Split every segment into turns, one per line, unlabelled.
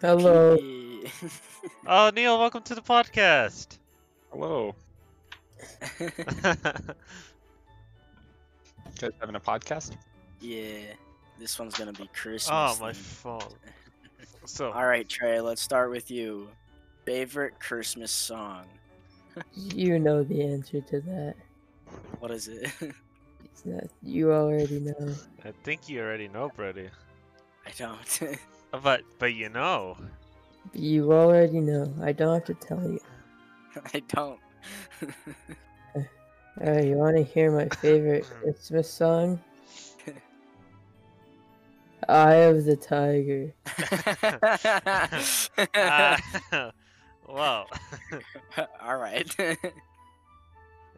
Hello.
Oh, Neil, welcome to the podcast. Oh,
Hello. You guys having a podcast?
yeah, this one's gonna be Christmas.
oh, my
themed.
phone. So,
All right, Trey. Let's start with you. Favorite Christmas song?
You know the answer to that.
What is it?
It's not, you already know.
I think you already know, Brody. Uh,
I don't.
But, but you know.
You already know. I don't have to tell you.
I don't.
Alright, you want to hear my favorite Christmas song? Eye of the Tiger.
Ah, wow.
All right.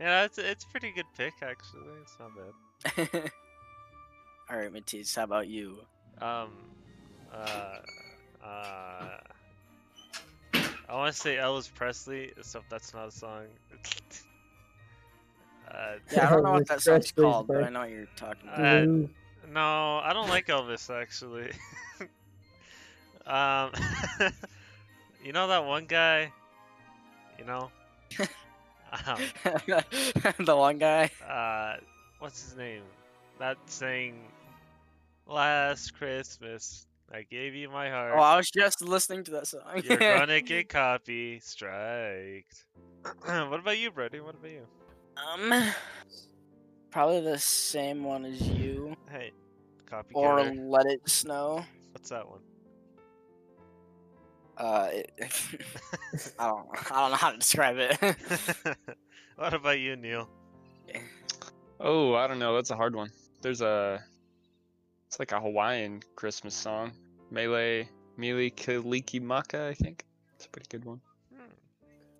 Yeah, it's it's a pretty good pick actually. It's not bad.
All right, Matisse. How about you?
Um, uh, uh, I want to say Elvis Presley, except that's not a song. uh,
Yeah, I don't know what
Elvis
that song's
Presley's
called, but I
back.
know what you're talking about.
Uh,
Blue.
no, I don't like Elvis actually. um, you know that one guy, you know, um,
the one guy.
uh, what's his name? That saying, "Last Christmas, I gave you my heart."
Oh, I was just listening to that song.
uh, You're gonna get copy striked. what about you, Brody? What about you?
um, probably the same one as you,
Hey, copy
or
killer.
"Let It Snow."
What's that one?
Uh, it, I don't, I don't know how to describe it.
what about you, Neil?
Oh, I don't know. That's a hard one. There's a. It's like a Hawaiian Christmas song. Melee Mili Kaliki Maka, I think. It's a pretty good one.
Hmm.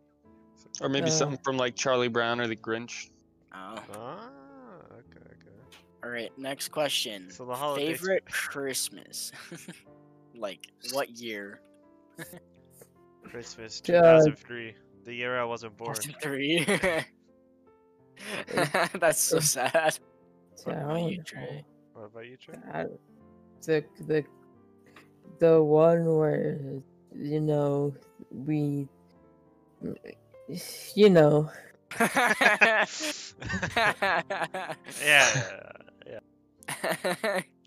Or maybe
Uh.
something from like Charlie Brown or The Grinch.
oh.
Ah, okay, okay.
All right, next question.
So the holiday sp-
Favorite Christmas? like what year?
Christmas
Yeah.
2003, the year I wasn't born.
Question three. That's so sad.
So
What
I
about
don't
you,
know.
Trey?
What about you, Trey?
I, the the the one where you know we you know
yeah, yeah.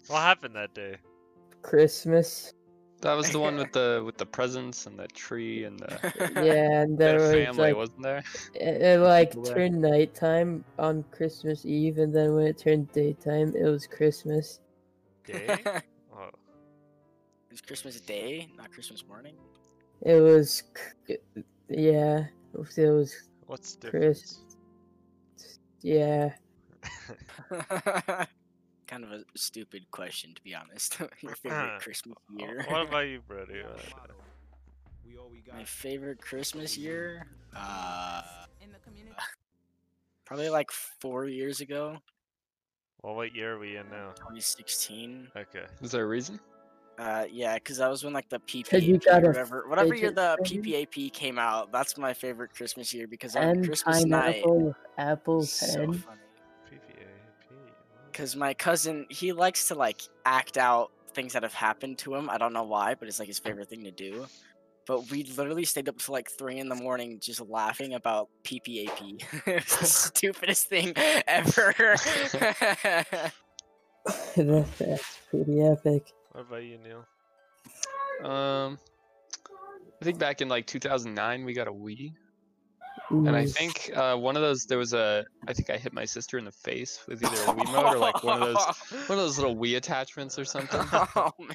What happened that day?
Christmas
That was the one with the with the presents and the tree and the,
Uh,
yeah and
the
there was
family,
like
wasn't there?
it, it like
People there.
turned nighttime on Christmas Eve, and then when it turned daytime, it was Christmas.
Day? Oh,
It's Christmas Day, not Christmas morning.
It was, c- yeah, it was,
what's the
Chris-
difference?
yeah.
kind of a stupid question, to be honest. Your favorite Christmas
Oh,
year?
what about you, Brody? Uh,
My favorite Christmas year? Uh, probably like four years ago,
Well, what year are we in now?
2016.
Okay.
Is there a reason?
Uh, yeah, because that was when like the
you
PPAP,
got
or
a
whatever, whatever year
fidget
the
spinner?
PPAP came out. That's my favorite Christmas year because on
And
Christmas night,
pineapple apple
so
pen.
funny.
PPAP.
Because my cousin, he likes to like act out things that have happened to him. I don't know why, but it's like his
Uh-huh.
favorite thing to do. But we literally stayed up till like three in the morning just laughing about PPAP. it was the stupidest thing ever.
that, that's pretty epic.
What about you, Neil?
Um, I think back in like 2009 we got a Wii. And I
Ooh,
think uh, one of those there was a I think I hit my sister in the face with either a Wii mode or like one of those one of those little Wii attachments or something.
oh man.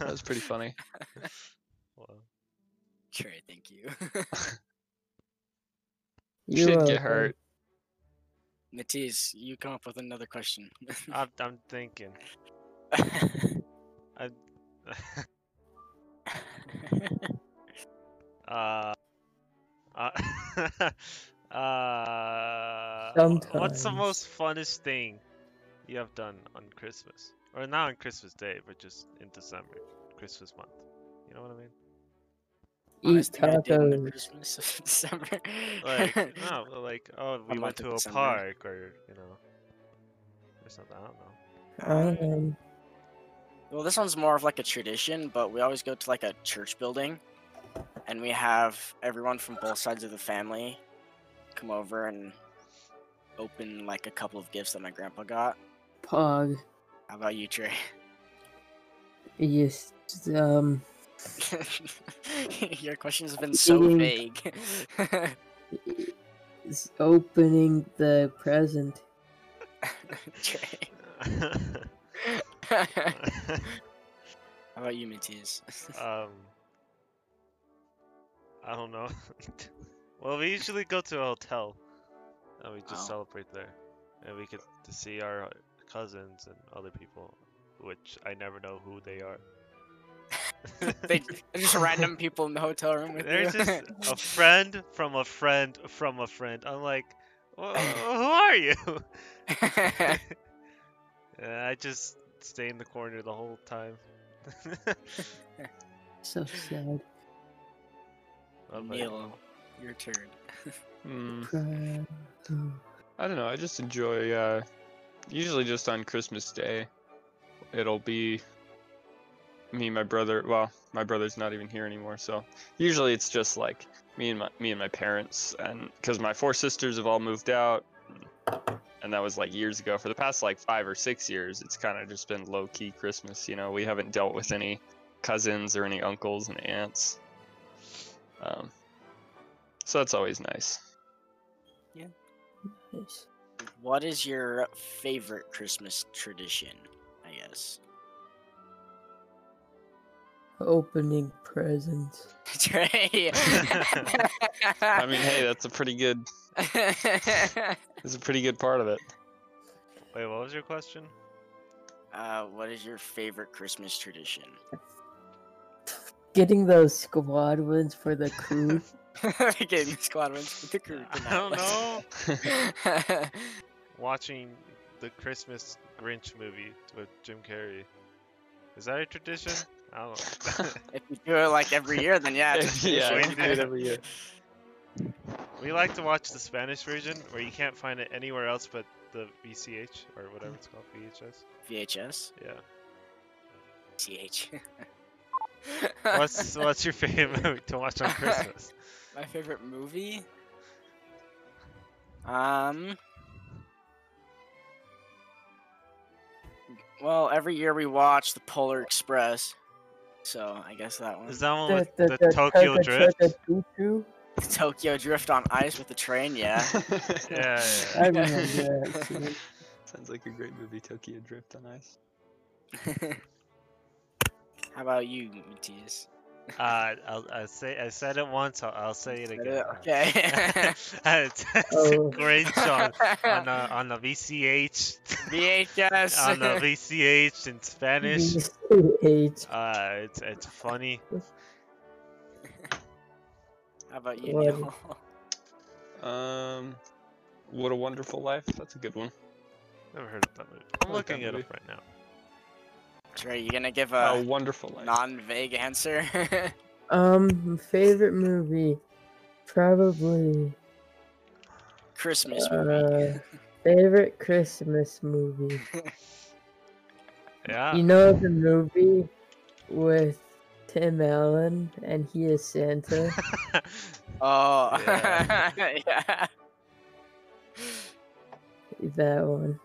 that was pretty funny.
Wow.
Trey, thank you.
you
Should
are
get
a-
hurt.
Matisse, you come up with another question.
I'm, I'm thinking. Uh, uh, uh, What's the
Sometimes.
most funnest thing you have done on Christmas? Or not on Christmas Day, but just in December, Christmas month. You know what I mean?
Eat
Honest thing I did on the
tacos.
Christmas of December.
Like, no, but like, oh, we went
month of
to a
December.
park or, you know, or something. I don't know.
Um,
Well, this one's more of like a tradition, but we always go to like a church building, and we have everyone from both sides of the family come over and open like a couple of gifts that my grandpa got.
Pog.
How about you, Trey?
Yes. Um.
Your questions have been so
Mm.
vague.
is Opening the present.
Trey. How about you, Matthias?
um, I don't know. well, we usually go to a hotel, and we just
Oh.
celebrate there, and we get to see our cousins and other people, which I never know who they are.
they, they're just random people in the hotel room with
There's
you.
just a friend from a friend from a friend. I'm like, "Wh- who are you? And I just stay in the corner the whole time.
So sad.
I'm like,
Neil, your turn. Hmm.
Mm,
Pro-
I don't know. I just enjoy. Uh, usually, just on Christmas Day, it'll be me, and my brother. Well, my brother's not even here anymore, so usually it's just like me and my me and my parents, and because my four sisters have all moved out, and that was like years ago. For the past like five or six years, it's kind of just been low key Christmas. You know, we haven't dealt with any cousins or any uncles and aunts. Um, so that's always nice.
Nice.
What is your favorite Christmas tradition? I guess.
Opening presents.
Trey.
I mean, hey, that's a pretty good It's a pretty good part of it.
Wait, what was your question?
uh, what is your favorite Christmas tradition?
Getting those squad wins for the crew.
Getting the squad wins for the crew
I
tonight.
don't know.
know.
Watching the Christmas Grinch movie with Jim Carrey. Is that a tradition? I don't know.
if you do it like every year, then yeah. It's a
yeah,
tradition.
we
we do it every year.
we like to watch the Spanish version where you can't find it anywhere else but the VCH or whatever it's called, VHS.
VHS,
Yeah.
CH.
What's what's your favorite movie to watch on Christmas?
My favorite movie? Um. Well, every year we watch the Polar Express, so I guess that one.
Is that one
The-
with
the-
Oh, the,
the-
Tokyo
the-
Drift?
the- the choo-choo.
Tokyo Drift on ice with the train, yeah.
Yeah, yeah,
I remember that. scene.
Sounds like a great movie, Tokyo Drift on Ice.
How about you, Matthias?
yeah. Uh, I'll, I'll say I said it once. I'll, I'll say it
Said
again.
it, okay.
it's, it's
Oh.
a great song on a, on a VCH
VHS.
on uh, a VCH in Spanish.
Eight.
Uh, it's it's funny.
How about you,
Lord.
Neil?
Um, What a Wonderful Life. That's a good one.
Never heard of that movie. I'm
like that
looking it
movie.
up right now.
Trey, you gonna give
Uh,
a
Oh,
a
Wonderful Life.
non-vague answer?
Um, favorite movie, probably.
Christmas
Uh,
movie.
favorite Christmas movie.
Yeah.
You know the movie with Tim Allen and he is Santa.
Oh,
Yeah.
yeah.
that one.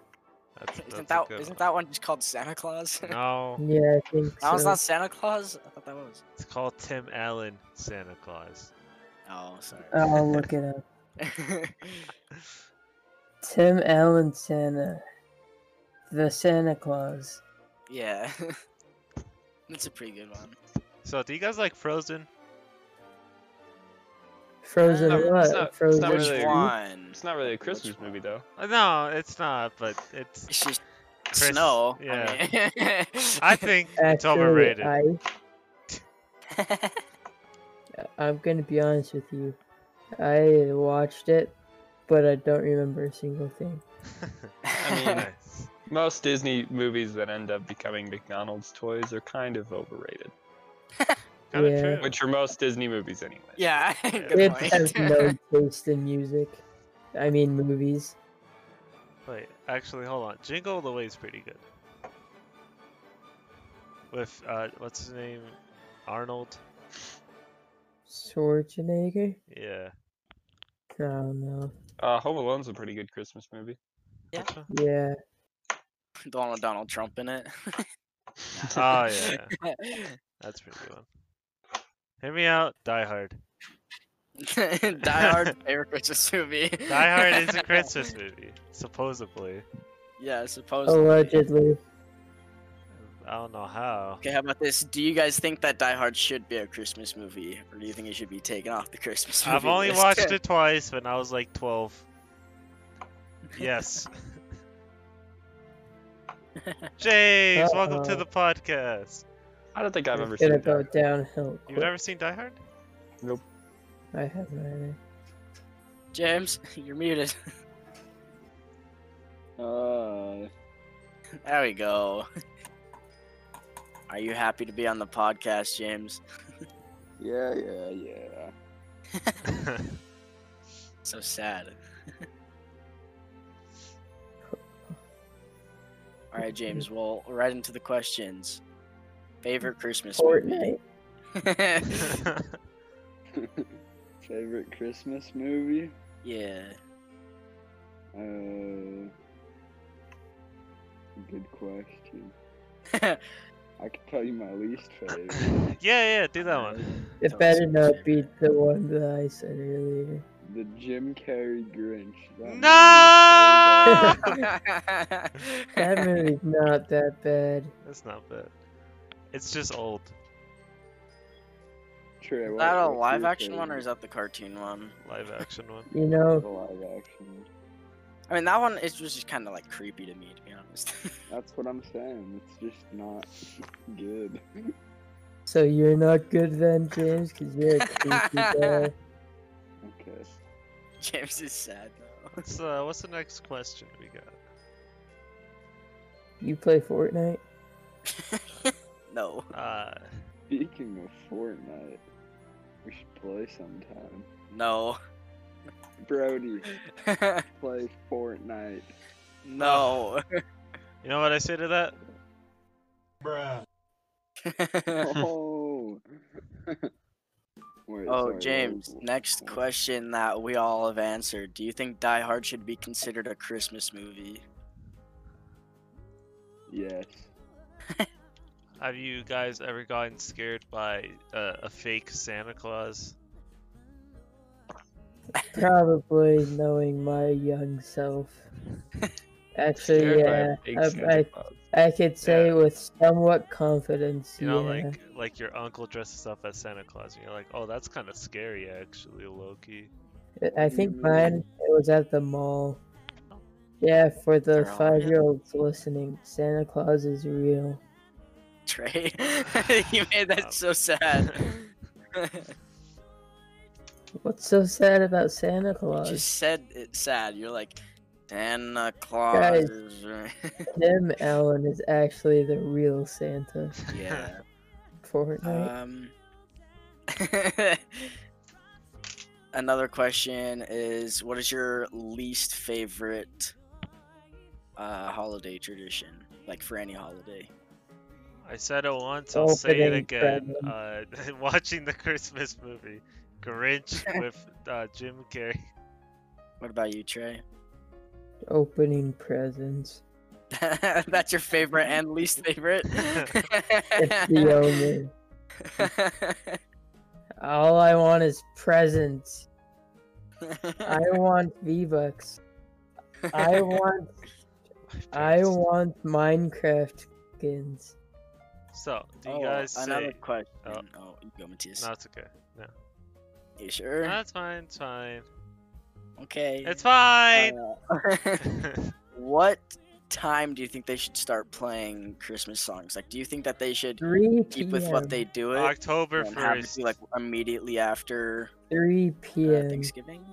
That's,
Isn't
that's a
that
good
isn't that one just called Santa Claus?
one. No,
Yeah, I think
that was
so.
not Santa Claus. I thought that was.
it's called Tim Allen Santa Claus.
Oh, sorry.
I'll look it up. Uh. Tim Allen Santa, the Santa Claus.
yeah, that's a pretty good one.
So, do you guys like Frozen?
Frozen
Um,
it's
what?
not- it's
Frozen
not
Which
really-
two?
one?
It's not really a
Which
Christmas
one?
movie, though.
Uh, No, it's not. But
It's
it's.
just
Chris-
snow.
yeah.
I, mean-
I think it's
Actually,
overrated.
I, I'm gonna be honest with you. I watched it, but I don't remember a single thing.
I mean-
Nice.
Most Disney movies that end up becoming McDonald's toys are kind of overrated.
Kinda
Yeah.
true.
Which are most Disney movies, anyway.
yeah.
it
Good
has
point.
no taste in music. I mean, movies.
Wait, actually, hold on. Jingle All the Way is pretty good. with uh, what's his name, Arnold.
Schwarzenegger?
Yeah.
Oh no.
Uh, Home Alone's a pretty good Christmas movie.
Yeah.
Which one?
Yeah.
The one with Donald Trump in it.
Oh yeah, that's a pretty good one. Hear me out. Die Hard.
Die Hard favorite Christmas movie.
Die Hard is a Christmas movie, supposedly.
yeah, supposedly.
Allegedly.
I don't know how.
Okay, how about this? Do you guys think that Die Hard should be a Christmas movie, or do you think it should be taken off the Christmas movie?
I've only
list?
watched it twice when I was like 12. Yes. James, welcome to
Uh-oh.
the podcast.
I don't think I've ever
It's gonna
seen
go
that.
downhill.
You've
Quick.
never seen Die Hard?
I haven't either.
James, you're muted. Uh, there we go. Are you happy to be on the podcast, James?
Yeah, yeah, yeah.
So sad. All right, James. Well, right into the questions. Favorite Christmas movie?
Fortnite.
Favorite Christmas movie?
yeah.
Uh, good question. I could tell you my least favorite.
yeah, yeah, do that one.
It better not be the one that I said earlier.
The Jim Carrey Grinch. That movie is so
No!
bad.
That movie's not that bad.
That's not bad. It's just old.
Trey,
Is
what-
that a
what's your
live action one or
favorite?
is that the cartoon one?
Live action one.
You
The
know,
live action.
I mean, that one is was just kind of like creepy to me, to be honest.
That's what I'm saying. It's just not good.
so you're not good then, James, because you're a creepy guy.
Okay.
James is sad though.
What's, uh, what's the next question we got?
You play Fortnite?
No.
Uh,
Speaking of Fortnite, we should play sometime.
No.
Brody, play Fortnite.
no.
you know what I say to that?
Oh. Wait,
oh,
sorry, that
James,
was-
next
what?
question that we all have answered. Do you think Die Hard should be considered a Christmas movie?
Yes.
Have you guys ever gotten scared by uh, a fake Santa Claus?
Probably knowing my young self. Actually,
Scared by
yeah. um,
a big
I-
Santa
I-
Claus.
I could say
Yeah.
with somewhat confidence.
You know,
yeah.
like like your uncle dresses up as Santa Claus, and you're like, oh, that's kind of scary, actually, Loki.
I I think
Mm.
mine it was at the mall. Yeah, for the
They're all real.
five year olds listening, Santa Claus is real.
Trey, you made that so sad. you
What's so sad about Santa Claus?
just said it sad. You're like, Santa Claus.
Guys.
is re-"
Tim Allen is actually the real Santa.
yeah.
Fortnite.
Um, another question is what is your least favorite uh, holiday tradition? Like for any holiday?
I said it once, I'll say it
Opening
again. Uh, watching the Christmas movie, Grinch with uh, Jim Carrey.
What about you, Trey?
Opening presents.
That's your favorite and least favorite?
It's the only. All I want is presents. I want V Bucks. I want I
Parents.
want Minecraft skins.
So, do you
Oh,
guys
another
say?
question.
Oh.
Oh, you go, Matthias.
No, it's okay.
you sure?
That's fine. It's fine.
okay.
It's fine.
Uh, what time do you think they should start playing Christmas songs? Like, do you think that they should
Three
keep with what
p.m.
they do it
October
and have it
first.
be like immediately after
Three
uh,
p.m.
Thanksgiving?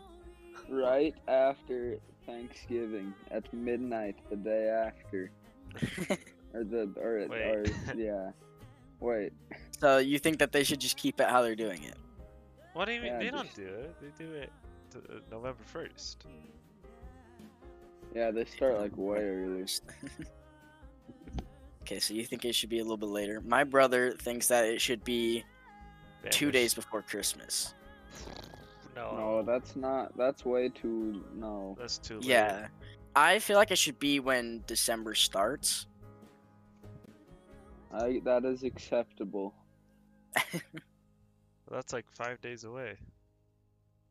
Right after Thanksgiving, at midnight, the day after, or the or, or
Wait.
yeah. Wait.
So you think that they should just keep it how they're doing it?
What do you mean?
Yeah,
they don't
just-
do it. They do it t- uh, November first.
Yeah, they start like way early.
Okay, so you think it should be a little bit later. My brother thinks that it should be two days
Bangers.
before Christmas.
No,
No, that's not. That's way too. No.
that's too late.
Yeah. I feel like it should be when December starts.
I, that is acceptable.
That's like five days away.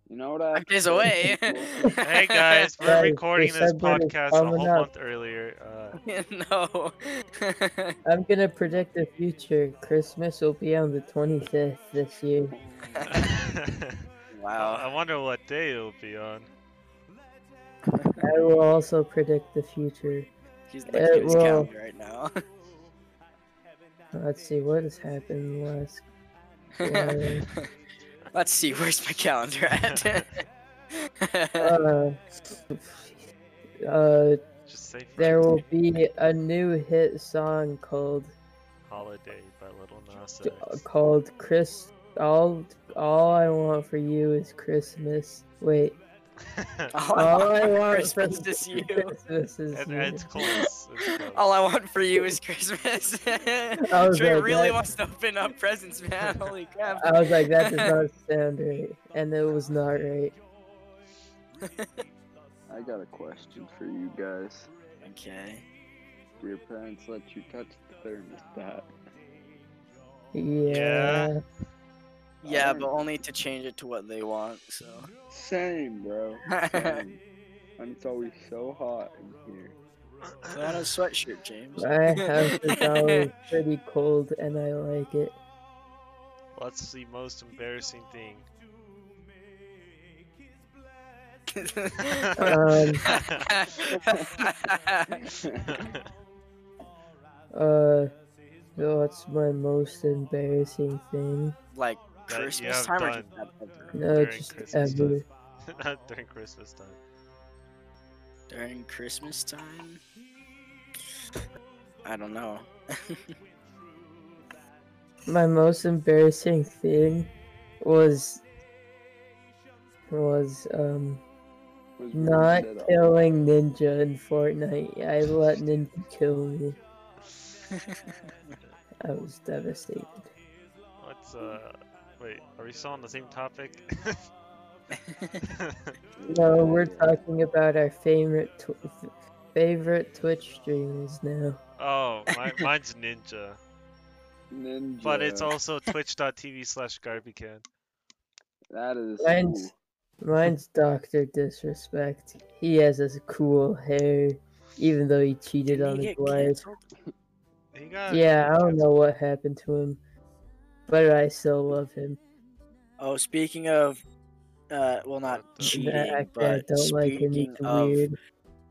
You know what I.
Five days away.
Hey guys, we're
Guys,
recording this
December is
podcast a
coming
whole
up.
month earlier. Uh,
no.
I'm gonna predict the future. Christmas will be on the 25th this year.
I Oh.
wow.
wonder what day it'll be on.
I will also predict the future.
He's looking
it
at his
will-
calendar right now.
Let's see what has happened last. Yeah.
Let's see, where's my calendar at?
Uh, uh,
Just say
there
Friday.
will be a new hit song called
Holiday by Little Nas X.
called Chris. All all I want for you is Christmas. Wait,
All I
all
want
I
for
want
Christmas
for
is you.
Christmas is
and,
you.
and it's close. It's close.
All I want for you is Christmas.
I was
Trey
like,
really
that-
wants to open up presents, man. Holy crap.
I was like, that does not sound right, and it was not right.
I got a question for you guys.
Okay.
Do your parents let you touch the thermostat?
Yeah.
Yeah,
Alright.
but only to change it to what they want, so.
Same, bro. Same. and it's always so hot in here.
Put on a sweatshirt, James.
My house is always pretty cold, and I like it.
What's the most embarrassing thing?
Um, uh, what's my most embarrassing thing?
like
That you
Christmas
have
time or
done.
just not ever?
No,
During
just
Christmas time.
ever.
Not during Christmas time.
during Christmas time? I don't know.
My most embarrassing thing was was um
Was really
not
good at-
killing Ninja in Fortnite. I let Ninja kill me. I was devastated.
What's uh? Wait, are we still on the same topic?
No, we're talking about our favorite tw- favorite Twitch streamers now.
oh, my, mine's Ninja,
Ninja.
but it's also Twitch.tv/slash Garbycan.
That is.
Mine's- Mine's Doctor Disrespect. He has this cool hair, even though he cheated
Didn't
on
he
his
get
wife.
canceled?
He got
Yeah, I don't
canceled.
know what happened to him, but I still love him.
Oh, speaking of, uh, well, not
What the-
cheating,
That actor I
but
don't like him.
speaking
He's
of
weird.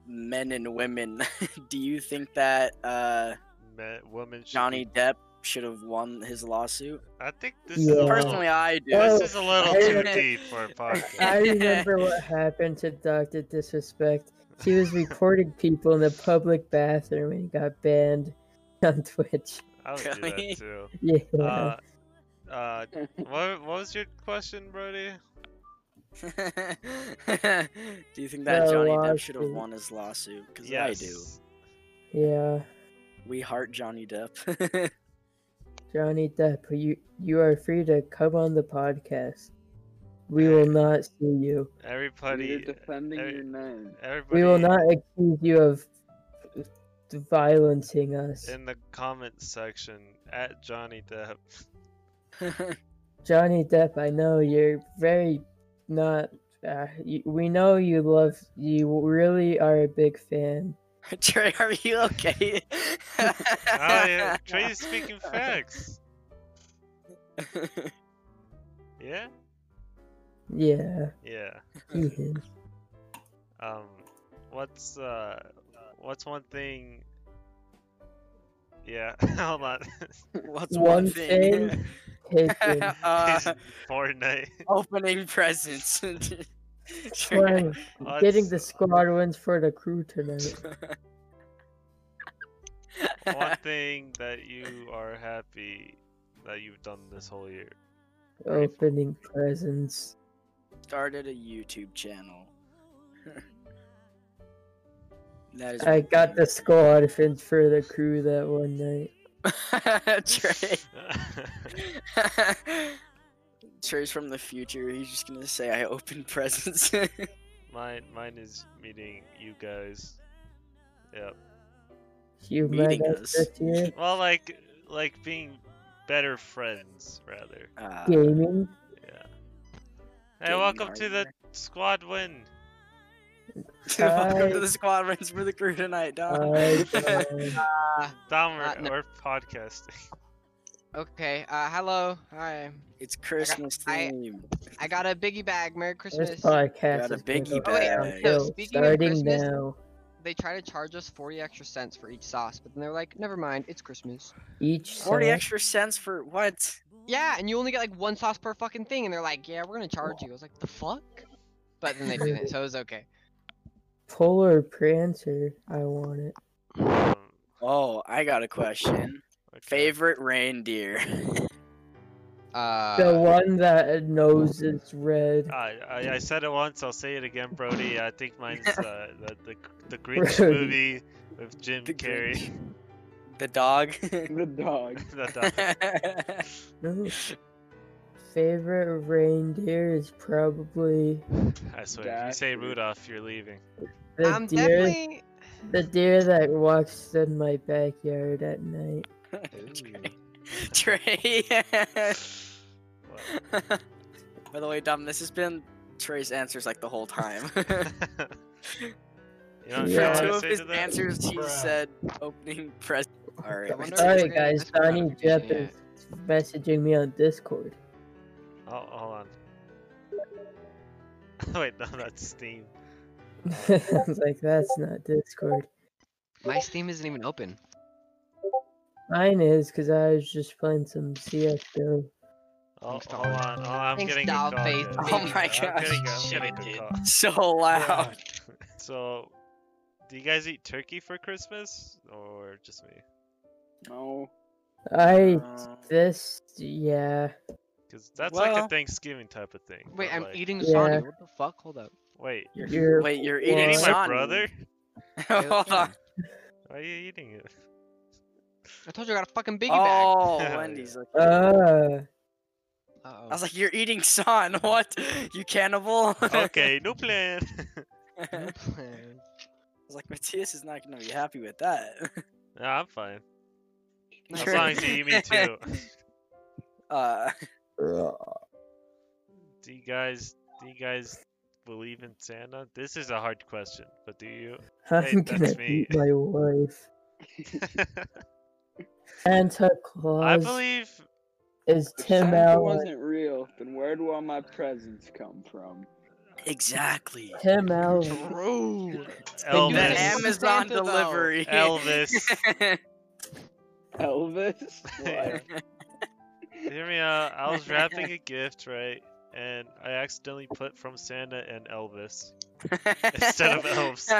men and women, do you think that uh,
Ma- woman should
Johnny
be-
Depp should have won his lawsuit?
I think this is a
Yeah.
little-
Personally, I do.
Oh,
this is a little
I
too
remember-
deep for a podcast.
I remember what happened to Doctor Disrespect. He was recording people in the public bathroom and he got banned on Twitch.
I would do
Really?
that too.
Yeah.
Uh, uh, what, what was your question, Brody?
do you think that
The
Johnny Depp should have
lawsuit.
won his lawsuit? Because I do.
Yes.
yeah.
We heart Johnny Depp.
Johnny Depp, you you are free to come on the podcast. We will not sue you.
You're
Everybody,
defending
every-
your name.
everybody
We will not accuse you of violencing us.
in the comment section at Johnny Depp.
Johnny Depp, I know you're very not. Uh, you, we know you love. You really are a big fan.
Trey, are you okay?
Oh, yeah, Trey's speaking facts. Yeah,
Yeah,
yeah.
he is.
Um, what's uh, what's one thing? Yeah, hold on.
What's one,
One thing. Taken.
Uh,
Fortnite.
opening presents.
Well, getting the
What's-
squad wins for the crew tonight.
one thing that you are happy that you've done this whole year.
Opening presents.
Started a YouTube channel. That is
I got the skull artifact for the crew that one night.
Trey. Trey's from the future. He's just gonna say, "I open presents."
mine, mine is meeting you guys. Yep.
You met
Meeting
us
us.
this year.
Well, like, like being better friends rather.
uh,
Gaming.
Yeah. Hey,
Gaming
welcome to the
hardware.
squad win.
Welcome to
I-
the squadrons for the crew tonight, Don.
I, uh,
Dom, we're,
Uh, no.
we're podcasting.
Okay. Uh, hello. Hi.
it's Christmas
I-
theme.
I got a biggie bag. Merry
this
Christmas.
podcast
Got a
is gonna
biggie
go
bag.
downhill,
So, speaking of
starting
Christmas-
now.
They try to charge us 40 extra cents for each sauce, but then they're like, never mind, it's Christmas.
Each
Forty
song-
extra cents for what?
Yeah, and you only get like one sauce per fucking thing, and they're like, yeah, we're gonna charge you. I was like, the fuck? But then they didn't, so it was okay.
Polar Prancer. I want it.
Um,
Oh, I got a question.
okay.
Favorite reindeer?
Uh,
The one that knows it's red.
I, I I said it once. I'll say it again, Brody. I think mine's uh, the the the Grinch
Brody.
movie with Jim
The
Carrey.
the dog.
The dog.
The dog.
No. Favorite reindeer is probably
I swear, if you say
Dastard.
Rudolph, you're leaving.
the
I'm
deer.
definitely.
The deer that walks in my backyard at night.
Trey.
Well,
By the way, Dom, this has been Trey's answers like the whole time.
you know, what
Yeah.
I
For
wanna
two of
say
his
to that?
answers, he said opening present. All right.
I wonder if
Sorry,
it's gonna-
guys.
that's gonna
Donnie
happen
Jeff
yet.
is messaging me on Discord.
Oh, hold on. Wait, no, that's Steam.
I was like, that's not Discord.
My Steam isn't even open.
Mine is because I was just playing some CSGO.
Oh,
Thanks,
hold
Dom.
on. Oh, I'm
Thanks,
getting a
Dom,
call.
Faith,
guys.
Oh my
I'm
gosh.
getting a, I'm
Shit,
getting a
dude.
call.
So loud.
So, do you guys eat turkey for Christmas or just me?
No.
I
Uh,
uh,
Um,
this yeah.
Because that's like
Well-
a Thanksgiving type of thing.
Wait,
but,
I'm
like-
eating
Yeah.
Sony. What the fuck? Hold up.
Wait,
You're,
Wait, you're
you're
eating, Oh,
eating my
Sonic.
brother?
Hold on.
Why are you eating it?
I told you I got a fucking biggie bag.
Oh,
Yeah.
Wendy's. Like,
uh,
Uh-oh.
I was like, you're eating Son. What? You
Oh,
cannibal?
okay, no plan.
mhm.
I was like, Matthias is not gonna be happy with that.
no, I'm fine. As
Sure.
long as you eat me too.
Uh,
do you guys? Do you guys believe in Santa? This is a hard question, but do you?
I'm gonna
that's me.
beat my wife. Santa Claus
I believe.
is
If
Tim
Santa
Allen.
wasn't real, then where do all my presents come from?
exactly.
Tim Allen.
True.
The
Yes.
Elvis.
Amazon
Santa, though.
delivery.
Elvis.
Elvis?
Yeah.
What?
Hear me out. I was wrapping a gift, right? And I accidentally put from Santa and Elvis. Instead of elves.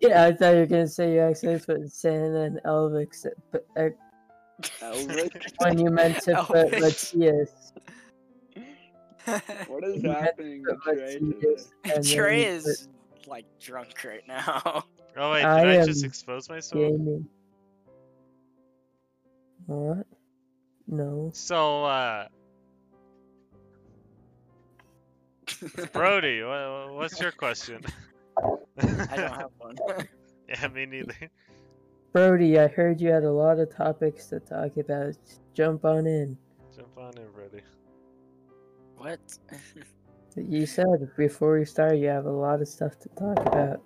Yeah, I thought you were gonna say you actually put Santa and Elvis, but uh,
Elvis?
when you meant to put
Elvis.
Matthias.
What is
You had to
happening to
put
Trey today?
Matthias and then
Trey
you put
is like drunk right now.
Oh wait, did
I
I, just
am
expose myself?
gaming. What? No.
So, uh, Brody, wha- what's your question?
I don't have one.
yeah, me neither.
Brody, I heard you had a lot of topics to talk about. Just Jump on in.
Jump on in, Brody.
what?
You said before we started you have a lot of stuff to talk about.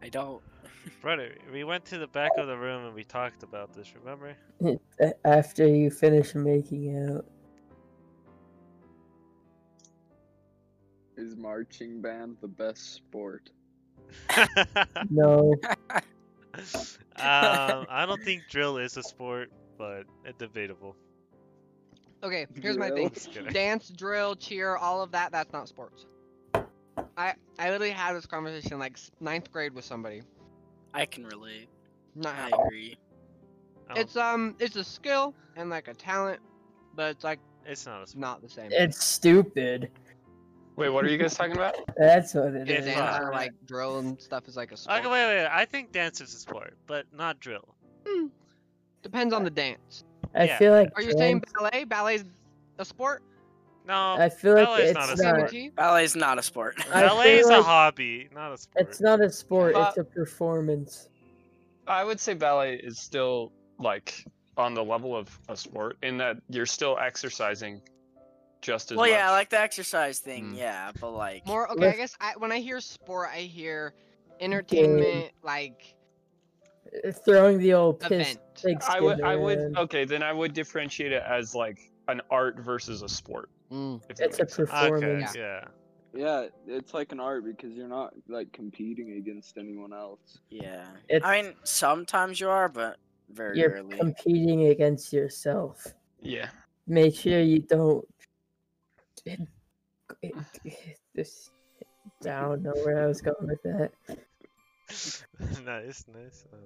I don't.
Brody, we went to the back of the room and we talked about this. Remember?
A- After you finish making out,
Is marching band the best sport?
um,
no.
I don't think drill is a sport, but it's debatable.
Okay, here's my thing.
Just kidding.
Dance, drill, cheer, all of that, that's not sports. I I literally had this conversation like s- ninth grade with somebody.
I can relate.
Not
I
how-
agree.
I don't-
It's um it's a skill and like a talent, but it's like
it's not a sport.
not the same.
It's stupid.
Wait, what are you guys talking about?
That's what it
If
is.
Dance
not.
or like drill and stuff is like a sport.
Okay, wait, wait. I think dance is a sport, but not drill.
Depends on the dance.
I
yeah.
feel like
Are you saying
dance-
ballet? Ballet's a sport?
No,
I feel like
ballet's
it's
not a
not.
sport.
CBT?
Ballet's not a sport.
I
ballet is
feel
a
like
hobby, not a sport.
It's not a sport.
Uh,
it's a performance.
I would say ballet is still like on the level of a sport in that you're still exercising just as
well,
much.
yeah, I like the exercise thing,
Mm.
yeah, but like,
More okay, I
Lift-
guess I, when I hear sport, I hear entertainment, like
Uh, Throwing the old piss.
event.
pig
I would. I
skin
would.
around.
Okay, then I would differentiate it as like an art versus a sport.
Mm.
If that
It's a
makes sense.
Okay,
performance.
yeah.
Yeah, it's like an art because you're not like competing against anyone else.
yeah.
It's-
I mean, sometimes you are, but very
You're
rarely.
competing against yourself.
yeah.
Make sure you don't. This. I don't know where I was going with that.
nice, nice. um,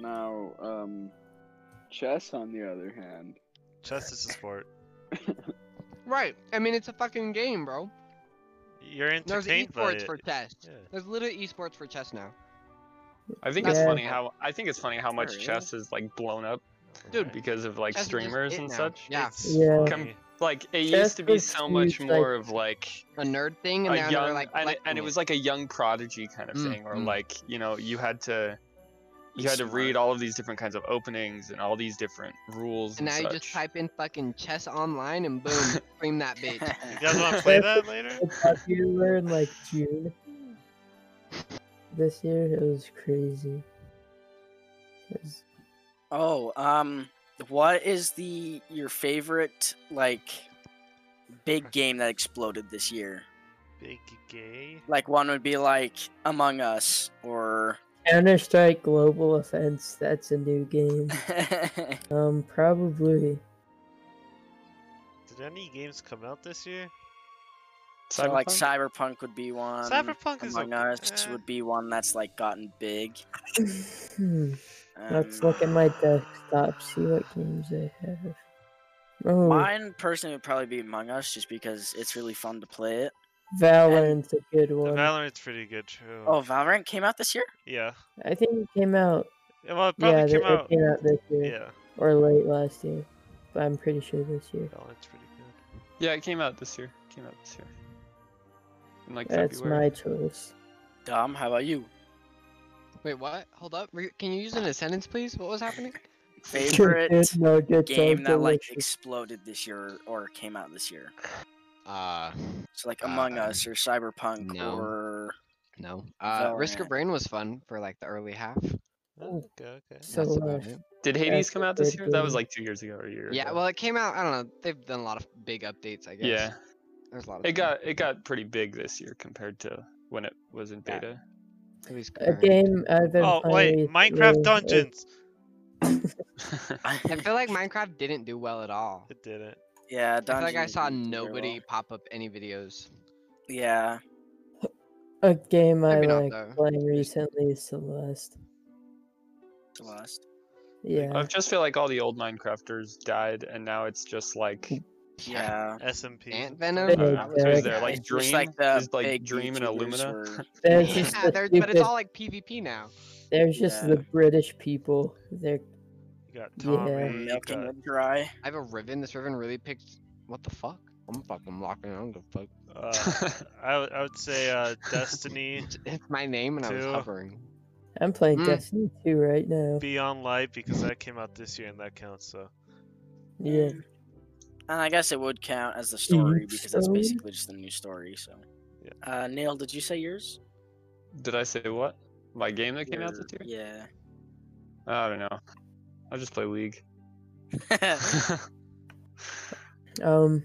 Now, um, chess on the other hand,
Chess is a sport.
Right. I mean, it's a fucking game, bro.
You're
There's
entertained by
esports
it.
for chess.
Yeah.
There's literally esports for chess now.
I think it's
Yeah.
funny how I think it's funny how much
Sure, yeah.
chess is like blown up
Alright.
because of like
Chess is just
streamers
it
and
now.
such.
Yeah,
It's
Yeah.
funny.
Like it
Chess
used to be
was
so much
huge, like-
more of like
a nerd thing, and
a
now
young
they're like,
and, it-
collecting
and it was like a young prodigy kind of
Mm,
thing or
Mm-hmm.
mm.
like you know you had to you had to
Smart.
read all of these different kinds of openings and all these different rules
And
and,
now you
such.
just type in fucking chess online, and boom, stream that bitch.
You guys want to play that later?
I thought you were in like June. This year it was crazy. It was-
oh, um, what is the your favorite like big game that exploded this year?
Big gay.
Like one would be like Among Us or
Counter Strike Global Offense. That's a new game. Um, probably.
Did any games come out this year?
so, like
Cyberpunk?
Cyberpunk would be one.
Cyberpunk is
Um, Among
okay,
Us
eh.
would be one that's like gotten big.
Hmm. Let's
Um,
look at my desktop. See what games I have. Oh,
Mine personally would probably be Among Us, just because it's really fun to play it.
Valorant's a good
The
one.
Valorant's pretty good, true.
Oh, Valorant came out this year.
Yeah.
I think it came out.
Yeah, Well, it
yeah,
probably
th-
came out.
it came out this year
Yeah,
or late last year, but I'm pretty sure this year.
Valorant's pretty good.
Yeah, it came out this year. It came out this year. In like
That's
February.
my choice.
Dom, how about you?
Wait, what? Hold up. Re- Can you use it in a sentence, please? What was happening?
Favorite
No, good
game
time
that
to
like
listen.
exploded this year or came out this year?
Uh,
So like Among
Uh,
Us or Cyberpunk
no.
or
no. Uh, Risk
Valorant.
of Rain was fun for like the early half.
Oh, okay, okay.
So
That's about
uh,
it.
Did Hades
That's
come
a
out this
good
year? That was
game.
like two years ago or a year.
Yeah,
ago.
well, it came out. I don't know. They've done a lot of big updates, I guess.
Yeah.
There's a lot of
It
stuff.
got it got pretty big this year compared to when it was in
Yeah.
beta.
At least
a
current.
game I've been
Oh,
playing
wait. Minecraft
lately is-
Dungeons!
I feel like Minecraft didn't do well at all.
It didn't.
yeah,
I feel
Dungeons
like I
didn't
saw
do very well.
nobody pop up any videos.
Yeah,
A game I
Maybe not,
like
though.
playing recently is Celeste.
Celeste.
Yeah,
I just feel like all the old Minecrafters died, and now it's just like
Yeah.
SMP.
Ant
They
Venom.
did.
uh, who's there? Like
It's
Dream,
just like the
Is, like,
big
Dream and
YouTubers
Illumina?
were-
there's
Yeah.
just
Yeah,
the
there's, but it's
stupid-
all like PvP now.
there's just
Yeah.
the British people. They're
You got
Yeah.
Tommy.
were
You
milking
got,
it dry.
I have a Riven. This Riven really picked. What the fuck? I'm fucking locking. I don't give a fuck.
uh, I, w- I would say uh, Destiny,
It's, it's my name, and I was
Two.
hovering.
I'm playing
Mm.
Destiny 2 right now.
Beyond Light, because that came out this year and that counts, so.
Yeah,
Mm. And I guess it would count as the story because that's
story?
basically just a new story. So,
Yeah.
uh, Neil, did you say yours?
Did I say what? My game that came out
Your-
this year?
Yeah.
I don't know. I'll just play League.
um,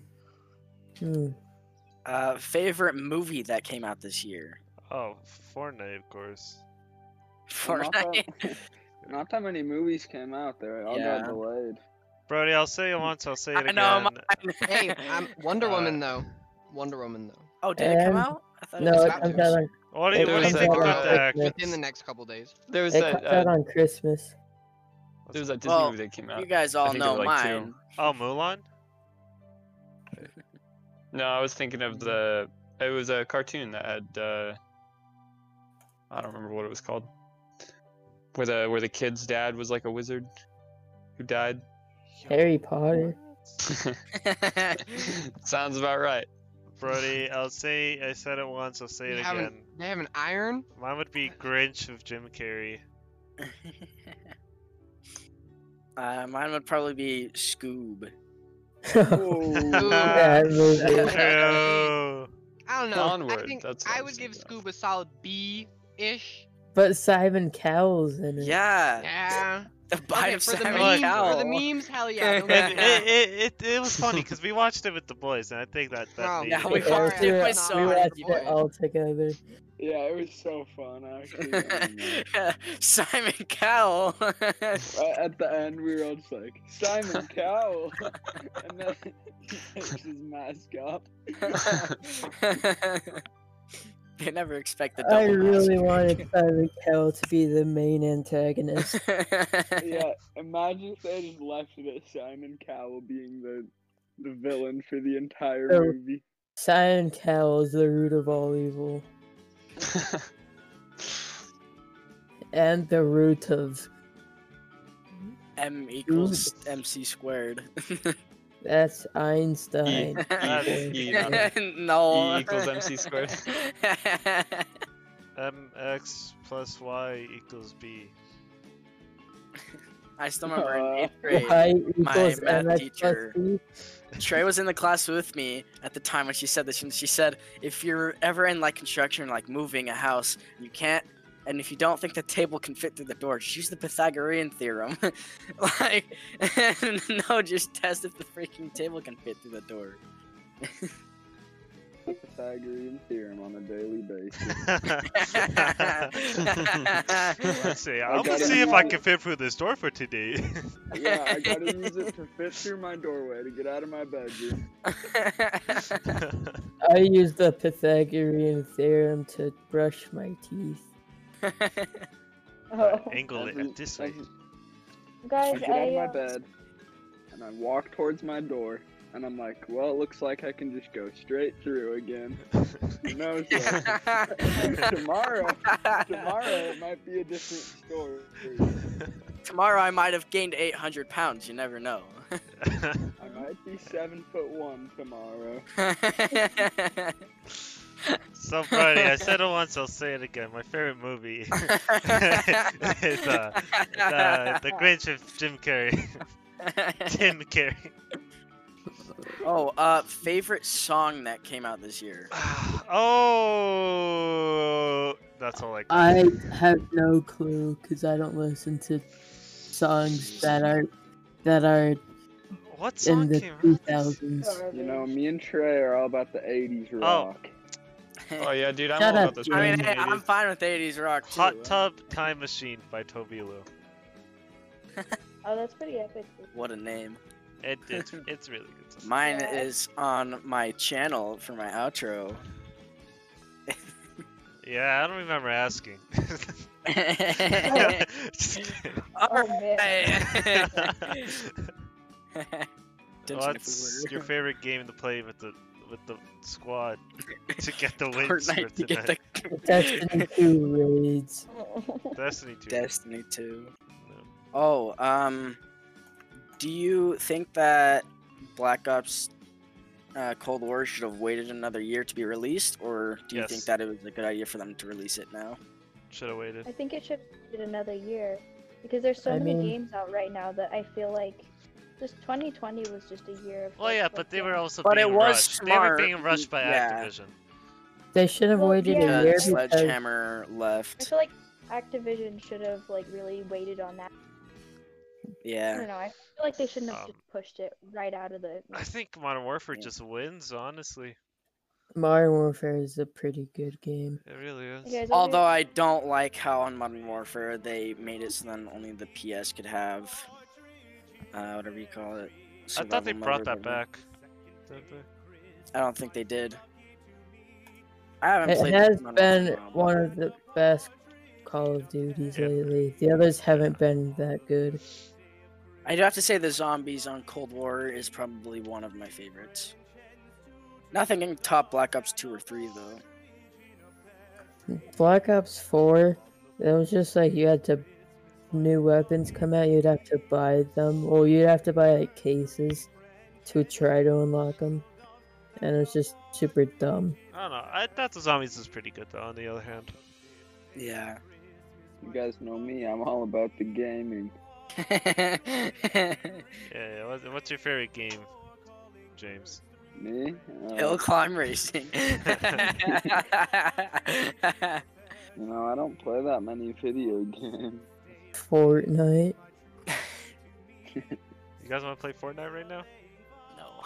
hmm,
uh, favorite movie that came out this year?
Oh, Fortnite, of course.
Well, not
Fortnite.
that- Not that many movies came out there. All
Yeah.
got delayed.
Brody, I'll say it once, I'll say it
I
again.
know,
Hey, I'm Wonder
Uh,
Woman though. Wonder Woman though.
oh, did it come
Um,
out?
out? I thought
no,
was
it
out
comes
this
out
year.
on,
What do you,
There
what do you
was
think
a,
about
uh,
the actress?
Within the next couple days.
There was
it
that
comes
uh,
out on Christmas.
there was that Disney
Well,
movie that came out.
You guys
I
all
think there
know
were, like, two.
mine.
Oh, Mulan?
No, I was thinking of the. It was a cartoon that had. Uh, I don't remember what it was called. Where the where the kid's dad was like a wizard, who died.
Harry Potter.
Sounds about right.
Brody, I'll say I said it once. I'll say
You
it
haven't-
again.
They have an iron.
Mine would be Grinch of Jim Carrey.
uh, mine would probably be Scoob.
Bad movie.
True.
I don't know. I
Onward,
think
that's what
I
I
would
was
give
thinking
Scoob a solid B ish.
But Simon Cowell's in it.
Yeah,
Yeah.
the bite
Okay,
of
for the
Simon
memes,
Cowell.
for the memes, hell yeah. don't
And
get that.
it, it, it, it was funny because we watched it with the boys, and I think that that
Oh,
made
Yeah,
it
we
Yeah,
watched
we
it
were-
with so
we
many
watched
boys.
it all together.
Yeah, it was so fun actually. I know.
Simon Cowell.
Right At the end, we were all just like Simon Cowell, and then he takes his mask off.
they never expect the double
I really wanted Simon Cowell to be the main antagonist.
yeah.
Yeah, imagine if they just left it at Simon Cowell being the the villain for the entire
Oh.
movie.
Simon Cowell is the root of all evil and the root of.
M equals MC squared.
That's Einstein.
E-
no.
E equals MC squared.
mx plus y equals b.
I still remember in eighth grade,
Y
My
equals
math
mx plus
teacher.
b.
Trey was in the class with me at the time when she said this, and she said, "If you're ever in like construction, like moving a house, you can't." And if you don't think the table can fit through the door, just use the Pythagorean theorem. like, no, just test if the freaking table can fit through the door.
Pythagorean theorem on a daily basis.
Let's see. I'm gonna
gotta
see if I
use-
can fit through this door for today.
yeah, I gotta use it to fit through my doorway to get out of my bedroom.
I use the Pythagorean theorem to brush my teeth.
Uh, angle it
Every-
at this way.
every- I
Oh, Guys,
get out
I,
of my
uh,
bed and I walk towards my door and I'm like, well, it looks like I can just go straight through again. no, sir. tomorrow, tomorrow it might be a different story.
Tomorrow I might have gained 800 pounds. You never know.
I might be seven foot one tomorrow.
so Brody, I said it once. I'll say it again. My favorite movie is uh, the, the Grinch of Jim Carrey. Jim Carrey.
oh, uh, favorite song that came out this year.
oh, that's all I. Got.
I have no clue because I don't listen to songs that are that are
What
in
song
the
came out? this-
2000s.
You know, me and Trey are all about the 80s rock.
oh yeah, dude, I'm
Shut
all
up,
about this.
I mean,
fucking
hey, I'm
idiot.
fine with 80s rock too.
Hot Tub Time Machine by Toby Lou.
Oh, that's pretty epic.
What a name.
It, it's it's really good. Song.
Mine
Yeah.
is on my channel for my outro.
Yeah, I don't remember asking. Just kidding.
Oh, man.
Attention
What's
if we
your
were-
favorite game to play with the with the squad to get the wins for
Fortnite to get
tonight?
Destiny
the
2 raids.
Destiny 2.
Destiny 2.
No.
Oh, um, do you think that Black Ops uh, Cold War should have waited another year to be released, or do you think
Yes.
that it was a good idea for them to release it now?
Should have waited.
I think it should be another year because there's so
I
many
mean-
games out right now that I feel like just 2020 was just a year of.
Well, Oh,
like,
yeah, but they
fucking-
were also
But it
being
was
rushed.
smart,
They were being rushed by
yeah.
Activision.
They should have
Well,
waited
yeah.
a year
Because
because
Sledgehammer
I
left.
feel like Activision should have like really waited on that. I
Yeah.
don't know. I feel like they shouldn't have
Um,
just pushed it right out of the.
I think Modern Warfare
Yeah.
just wins, honestly.
Modern Warfare is a pretty good game.
It really
You
is.
guys over
Although I don't like how on Modern Warfare they made it so then only the PS could have, uh, whatever you call it.
I thought they
survival
brought
mode or
that
whatever.
back. Didn't they?
I don't think they did. I haven't
It
played
has
Modern Warfare
been
in a while.
one of the best Call of Duties
Yeah.
lately. The others haven't been that good.
I do have to say the zombies on Cold War is probably one of my favorites. Nothing can top Black Ops 2 or 3, though.
Black Ops 4, it was just like you had to. New weapons come out, you'd have to buy them. Or you'd have to buy like cases to try to unlock them. And it was just super dumb.
I don't know. I thought the zombies was pretty good though. On the other hand,
Yeah.
You guys know me. I'm all about the gaming.
yeah. yeah. What, what's your favorite game, James?
Me? Uh,
Hill climb racing.
You know, I don't play that many video games.
Fortnite.
You guys want to play Fortnite right now?
no.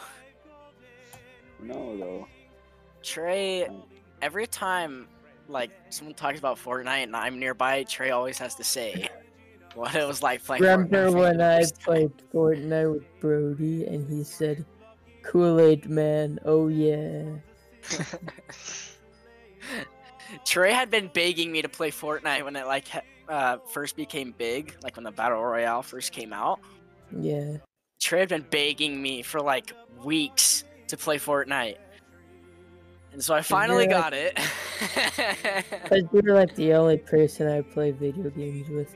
No, though.
Trey, every time like someone talks about Fortnite and I'm nearby, Trey always has to say what it was like playing. Fortnite
Remember
for
when
the
I
first time.
played Fortnite with Brody and he said, Kool Aid Man, oh yeah.
Trey had been begging me to play Fortnite when it like ha- uh, first became big, like when the battle royale first came out.
Yeah.
Trey had been begging me for like weeks to play Fortnite, and so I finally
you're
got it.
Because you were like the only person I played video games with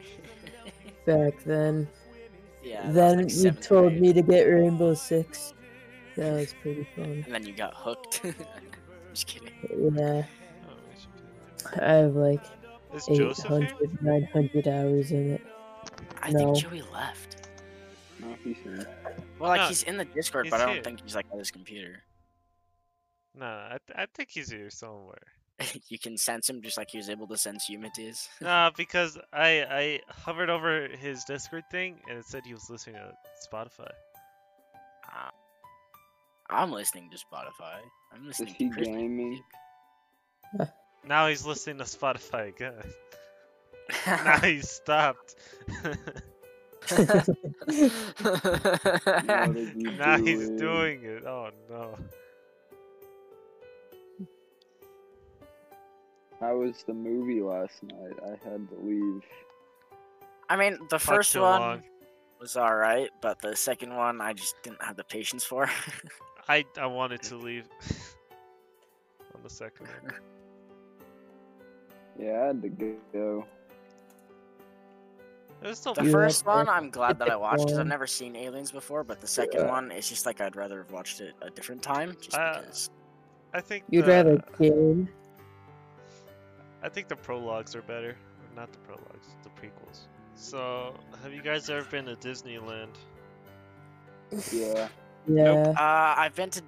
back then.
yeah. that was,
then
like,
you
seventh
told
grade.
me to get Rainbow Six. That was pretty fun.
and then you got hooked. Just kidding.
Yeah,
Oh, we should play that.
I have like
Is Joseph here?
800, 900 hours in it.
I
No.
think Joey left.
No, he's here.
Well, like
No,
he's in the Discord,
he's
but I don't
here.
think he's like on his computer.
No, I, th- I think he's here somewhere.
you can sense him just like he was able to sense Yumatis.
Nah, because I I hovered over his Discord thing and it said he was listening to Spotify.
Ah, I'm listening to Spotify. I'm listening to
he
Christian
gaming?
music.
Now he's listening to Spotify again. now he's stopped.
What did you
now
do
he's
in-
doing it. Oh no.
I was the movie last night. I had to leave.
I mean, the
Fuck
first
so
one
long.
was alright, but the second one I just didn't have the patience for.
I I wanted to leave on the second one.
Yeah, I had to go.
It was still
The
Yeah,
first
that's
one
fair.
I'm glad that I watched because I've
one-
never seen Aliens before, but the second
Yeah.
one it's just like I'd rather have watched it a different time just
Uh,
because.
I think uh,
You'd
the,
rather game?
I think the prologues are better. Or Not the prologues, the prequels. So, have you guys ever been to Disneyland?
Yeah.
Yeah.
Uh, I've been to,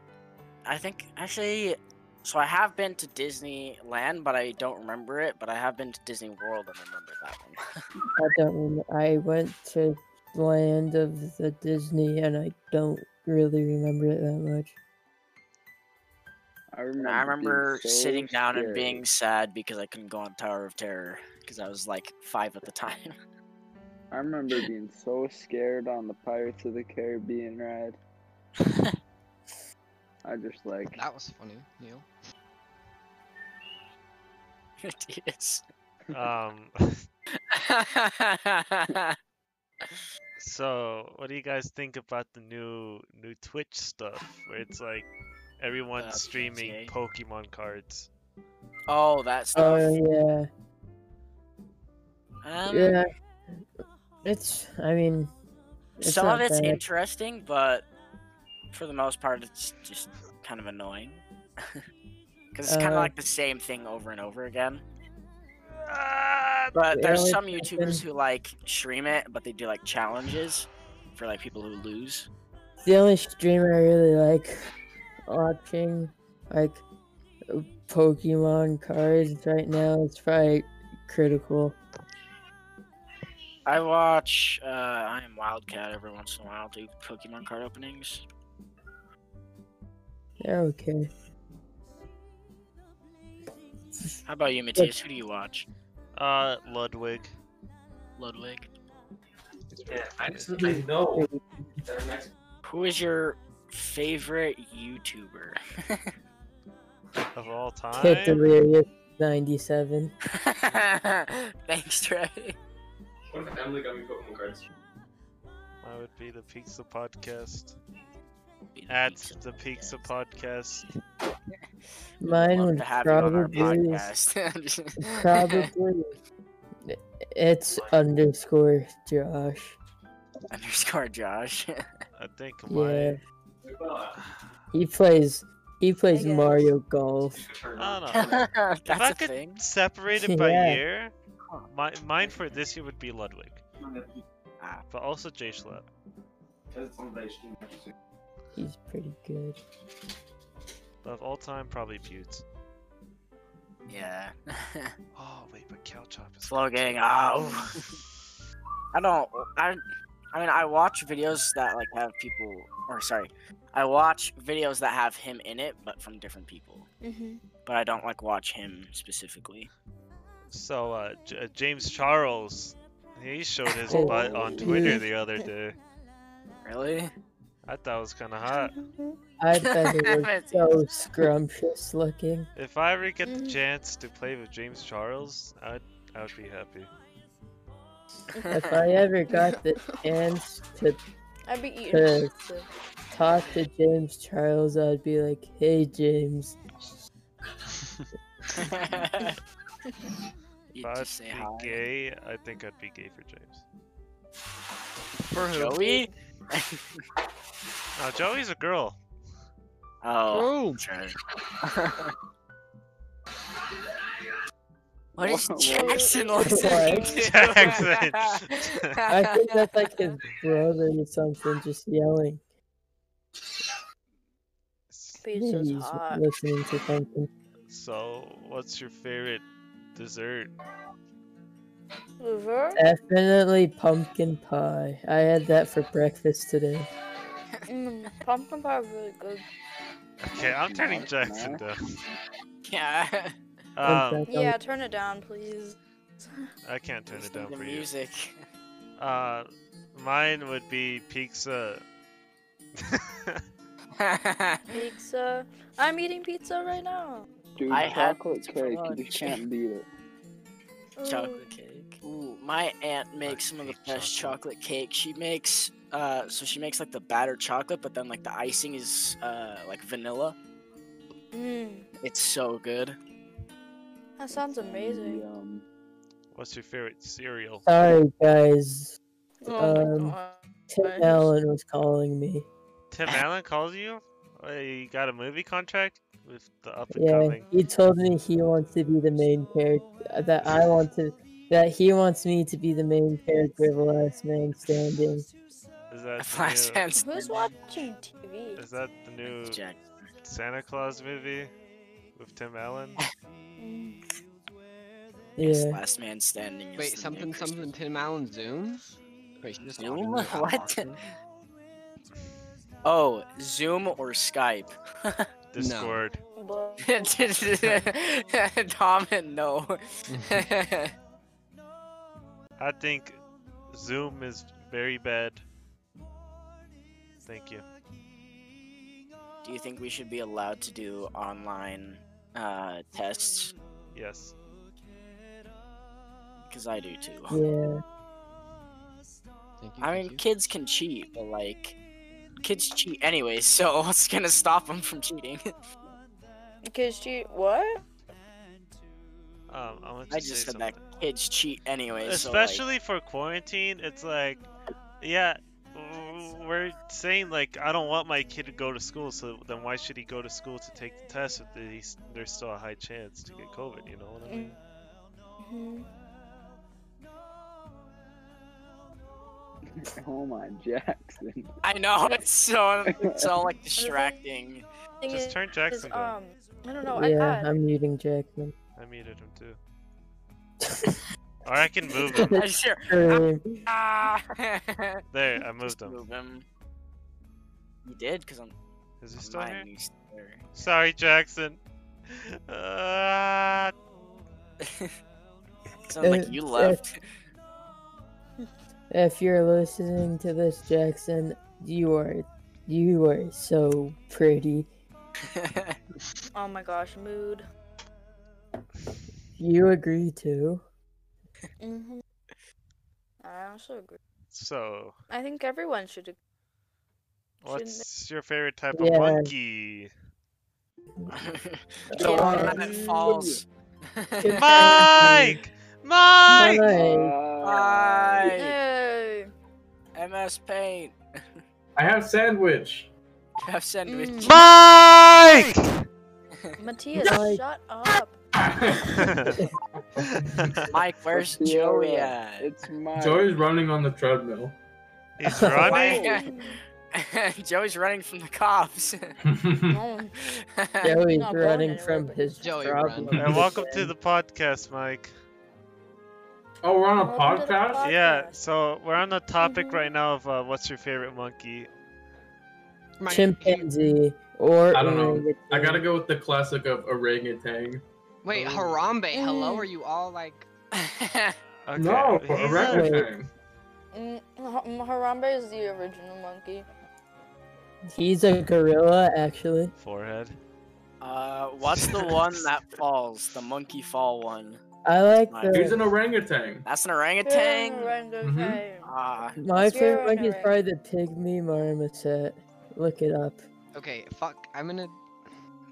I think actually, so I have been to Disneyland, but I don't remember it. But I have been to Disney World and remember that one.
I don't remember. I went to Land of the Disney and I don't really remember it that much.
I
I
remember, being
remember
so
sitting down and
scared.
being sad because I couldn't go on Tower of Terror because I was like five at the time.
I remember being so scared on the Pirates of the Caribbean ride. I just like
That was funny, Neil.
Idiots.
Um, so what do you guys think about the new new Twitch stuff where it's like everyone
Uh,
streaming
PTA?
Pokemon cards?
oh, that stuff.
Oh yeah,
um,
Uh, yeah. It's. I mean, it's
some of
not
it's
bad.
interesting, but for the most part, it's just kind of annoying because it's kind of
Uh,
like the same thing over and over again.
Ah,
But
Yeah,
there's
like
some
back
YouTubers
then-
who like stream it, but they do like challenges for like people who lose.
the only streamer I really like watching, like Pokemon cards right now. It's probably critical.
I watch uh, I am Wildcat every once in a while do Pokemon card openings.
They're okay.
How about you, Matthias? Who do you watch?
uh, Ludwig.
Ludwig.
Yeah, I just didn't know. They're next-
Who is your favorite YouTuber?
of all
Kid
time.
Delirious ninety-seven.
Thanks, Trey.
What if Emily got me Pokemon cards?
That would be the Pizza Podcast.
Be the
At
peaks of
the Pizza
podcast.
Podcast.
Mine
Love
would
to have you on our
probably
podcast.
probably it's underscore Josh.
Underscore Josh.
I think
Yeah,
my.
he plays he plays
guess.
Mario Golf.
I don't know.
That's
if I
a
could
thing.
separate it by
Yeah.
year, my, mine for this year would be Ludwig, but also J Schlep.
He's pretty good.
But of all time, probably Pewds.
Yeah.
Oh, wait, but Calchop is.
Slow getting oh. I don't. I. I mean, I watch videos that like have people, or sorry, I watch videos that have him in it, but from different people.
hmm
But I don't like watch him specifically.
So, uh, J- uh, James Charles, he showed his butt on Twitter the other day.
Really?
I thought it was kind of hot.
I bet he was so scrumptious looking.
If I ever get the
Mhm.
chance to play with James Charles, I'd I would be happy.
If I ever got the chance to
I'd be eating.
Uh,
pizza.
talk to James Charles, I'd be like, "Hey James,
you
If I'd
just say
be
hi.
gay, I think I'd be gay for James.
For Joey?
No, Joey's a girl.
Oh.
Oh,
Trey. What is
Whoa.
Jackson
What?
listening to?
Jackson.
I think that's like his brother or something, just yelling."
Pizza's
he's
hot.
listening to something.
So, what's your favorite dessert?
Over.
Eh. Definitely pumpkin pie. I had that for breakfast today.
Mm, pumpkin pie is really good.
Okay, I'm turning
Marshmallow.
Jackson down.
yeah.
Um,
Don't-
Yeah, turn it down, please.
I can't turn it
Listen
down
to
for you.
music.
Uh, mine would be pizza.
Pizza. I'm eating pizza right now.
Dude,
I had
chocolate
pizza for
cake. You
lunch.
just can't beat it.
Ooh.
chocolate cake. Ooh, my aunt makes some of the
hate
best
chocolate.
chocolate cake. She makes uh so she makes like the battered chocolate, but then like the icing is uh like vanilla.
Mm,
It's so good.
that sounds amazing.
Yum.
What's your favorite cereal?
Sorry guys,
Oh
Um,
my god.
Tim
Nice.
Allen was calling me.
Tim Allen calls you? Uh, You got a movie contract with the up and
Yeah,
coming?
he told me he wants to be the main character. That I want to. That he wants me to be the main character of The Last Man Standing.
Is that the
Last
new,
man's
Who's watching TV?
is that the new
Jack.
Santa Claus movie with Tim Allen?
Mm.
Yes,
Yeah.
Last man standing. is the
Wait,
new
something,
Christmas
something, Tim Allen Zoom? Wait, she just
Zoom?
audio-
What?
awesome.
Oh, Zoom or Skype?
Discord.
But
Tom, no.
I think Zoom is very bad. Thank you.
Do you think we should be allowed to do online uh, tests?
Yes.
Because I do too.
Yeah.
Thank you,
I
thank
mean,
you.
kids can cheat, but like, kids cheat anyway. So what's gonna stop them from cheating?
because she what?
Um, I, want to
I
say
just said
something.
that kids cheat anyway.
Especially for quarantine, it's like, yeah, w- we're saying like, I don't want my kid to go to school, so then why should he go to school to take the test if he's, there's still a high chance to get COVID? You know what I mean?
Mhm.
Oh my Jackson.
So, like, I know it's so it's all like distracting.
Thing
Just
is,
turn Jackson down.
um, I don't know. I
yeah,
thought
I'm muting Jackman.
um,
I muted him too. or I can move him.
I sure.
Sure.
Ah.
There, I moved
Just
him.
move him. You did, cause I'm.
Is he
I'm
still here?
mine, he's still there.
Sorry, Jackson. Uh,
Sounds like you
Uh,
left.
If you're listening to this, Jackson, you are, you are so pretty.
Oh my gosh, mood.
You agree too?
Mm-hmm.
hmm I also agree.
so
I think everyone should. Agree.
What's your favorite type
Yeah.
of monkey?
the
Yeah.
one that falls.
Good
Mike! Mike!
Alright,
Bye.
No.
MS Paint.
I have sandwich.
You have sandwich.
Mm.
Mike!
Matthias,
Like-
shut up.
Mike, where's
Let's see where
Joey
we're
at?
It's my.
Joey's running on the treadmill.
He's
Why-
running?
Mm.
Joey's running from the cops.
No.
Joey's
Not going
running
anywhere,
from
but-
his
Joey, run.
problem.
And welcome to the podcast, Mike.
oh, we're on a
Welcome to the
podcast?
pod-
Yeah,
Podcast.
so we're on the topic
Mhm.
right now of uh, what's your favorite monkey?
My-
chimpanzee or
I don't know.
orangutan.
I gotta go with the classic of orangutan.
Wait, Harambe, hello?
Mm.
Are you all like.
Okay.
No,
he's a-
orangutan.
Mm, Ha- Harambe is the original monkey.
He's a gorilla, actually.
Forehead.
uh, what's the one that falls? The monkey fall one.
I like
Mike.
He's
the.
an orangutan.
That's an orangutan.
Mm-hmm.
Orangutan.
Ah,
My
Zero
favorite monkey is
Norway.
probably the pygmy marmoset. Look it up.
Okay, fuck. I'm gonna.